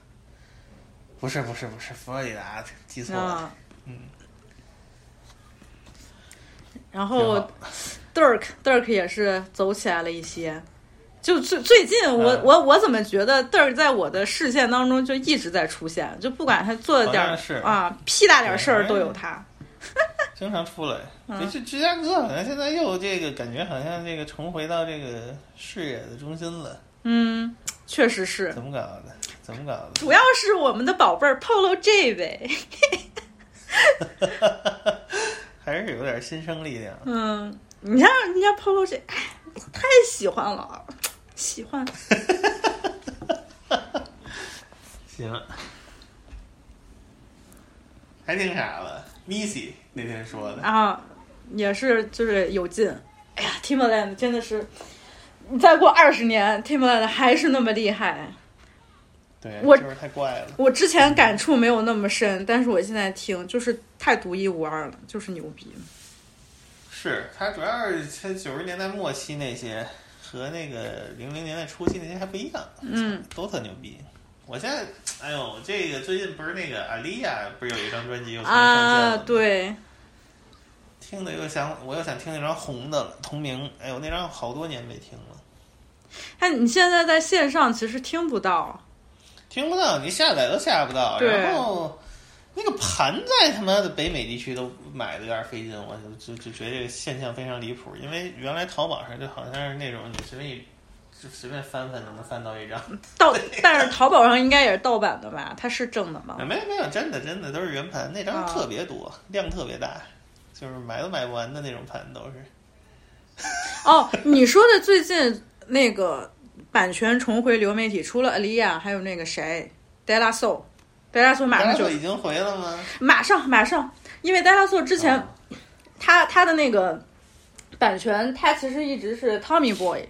不是不是不是，佛罗里达记错了。
啊，
嗯，
然
挺
后
好
Dirk Dirk 也是走起来了一些。就最最近我，我、
嗯
我怎么觉得 Dirk 在我的视线当中就一直在出现，就不管他做了点
好
儿
像是
啊屁大点儿
对
事儿
哎
都有他。
经常出来。
嗯
这这芝加哥好像现在又这个感觉，好像这个重回到这个视野的中心了。
嗯，确实是，
怎么搞的？怎么搞的？
主要是我们的宝贝儿 Polo J 呗。
还是有点新生力量。
嗯，你看人家 Polo J，哎，太喜欢了，喜欢。
行，还挺傻了。Missy 那天说的，
啊，也是就是有劲。哎呀，Timbaland 真的是，你再过二十年，Timbaland 还是那么厉害。
对，
我
就是太怪了。
我之前感触没有那么深，但是我现在听就是太独一无二了，就是牛逼。
是他主要是他九十年代末期那些和那个零零年代初期那些还不一样，
嗯，
都特牛逼。我现在，哎呦，这个最近不是那个阿丽亚，不是有一张专辑又重新上线了
啊，
吗，
对，
听的又想，我又想听那张红的了，同名。哎呦，那张好多年没听了，
哎，你现在在线上其实听不到。
听不到，你下载都下不到，
对
然后。那个盘在他妈的北美地区都买的有点费劲，我就就就觉得这个现象非常离谱。因为原来淘宝上就好像是那种你随便一就随便翻翻就能翻到一张，
盗，但是淘宝上应该也是盗版的吧？它是正的吗？
没有没有，真的真的都是原盘，那张
啊
特别多，量特别大，就是买都买不完的那种盘都是。
哦，你说的最近那个版权重回流媒体，除了 Alia，还有那个谁，Della Soul，Della Soul 马上就
已经回了吗？
马上马上，因为 Della Soul 之前、
啊
他他的那个版权，他其实一直是 Tommy Boy，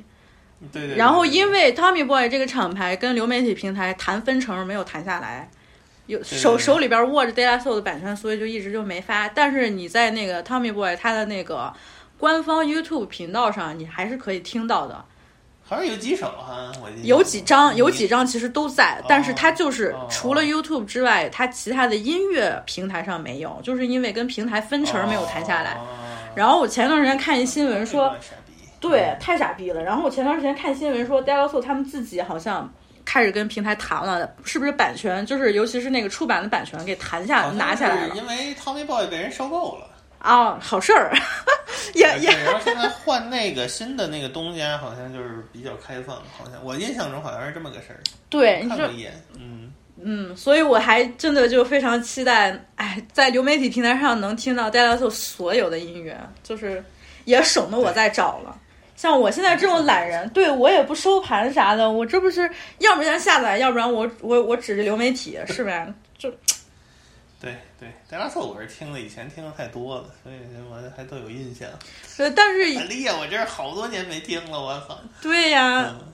对对对。
然后
对
因为 Tommy Boy 这个厂牌跟流媒体平台谈分成没有谈下来，有
对
手
对
手里边握着 Della Soul 的版权，所以就一直就没发。但是你在那个 Tommy Boy 他的那个官方 YouTube 频道上，你还是可以听到的。
好像有几首哈，我记得
有几张，有几张其实都在，但是它就是
嗯哦
除了 YouTube 之外，它其他的音乐平台上没有，就是因为跟平台分成没有谈下来。
嗯哦
然后我前段时间看一新闻说，
这帮傻逼
对，太傻逼了。然后我前段时间看新闻说 d e l a s o 他们自己好像开始跟平台谈了，是不是版权，就是尤其是那个出版的版权给谈下
好像
拿下来
是
了
因为 Tommy Boy 被人收购了，
啊、好事儿， 也
对
也
然后现在换那个新的那个东家，好像就是比较开放，好像我印象中好像是这么个事儿，
对，你
看
说
过一眼，嗯，
嗯，所以我还真的就非常期待，哎，在流媒体平台上能听到 d e l a s o 所有的音乐，就是也省得我再找了。像我现在这种懒人，对我也不收盘啥的，我这不是要不然下载，要不然我我我指着流媒体，是呗？就
对对，戴拉特我是听的，以前听的太多了，所以我还都有印象。
呃但是
哎呀，我这是好多年没听了，我操！
对呀、
嗯，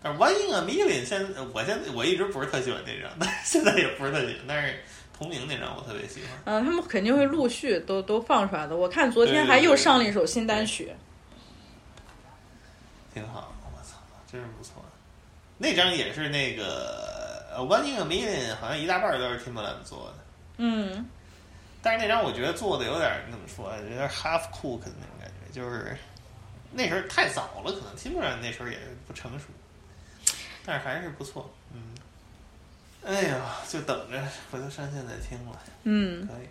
但是 One in a Million 现在，我现在我一直不是特喜欢这张，但是现在也不是特喜欢，但是同名那张我特别喜欢。
嗯、他们肯定会陆续都都放出来的。我看昨天
对对
还又
对
上了一首新单曲，
挺好，我操，真是不错。那张也是那个呃 One in a Million，好像一大半都是 Timbaland 做的，
嗯，
但是那张我觉得做的有点儿怎么说，啊有点儿 half cook 的那种感觉，就是那时候太早了，可能 Timbaland 那时候也不成熟，但是还是不错，嗯。哎呀，就等着回头上线再听了。
嗯，
可以，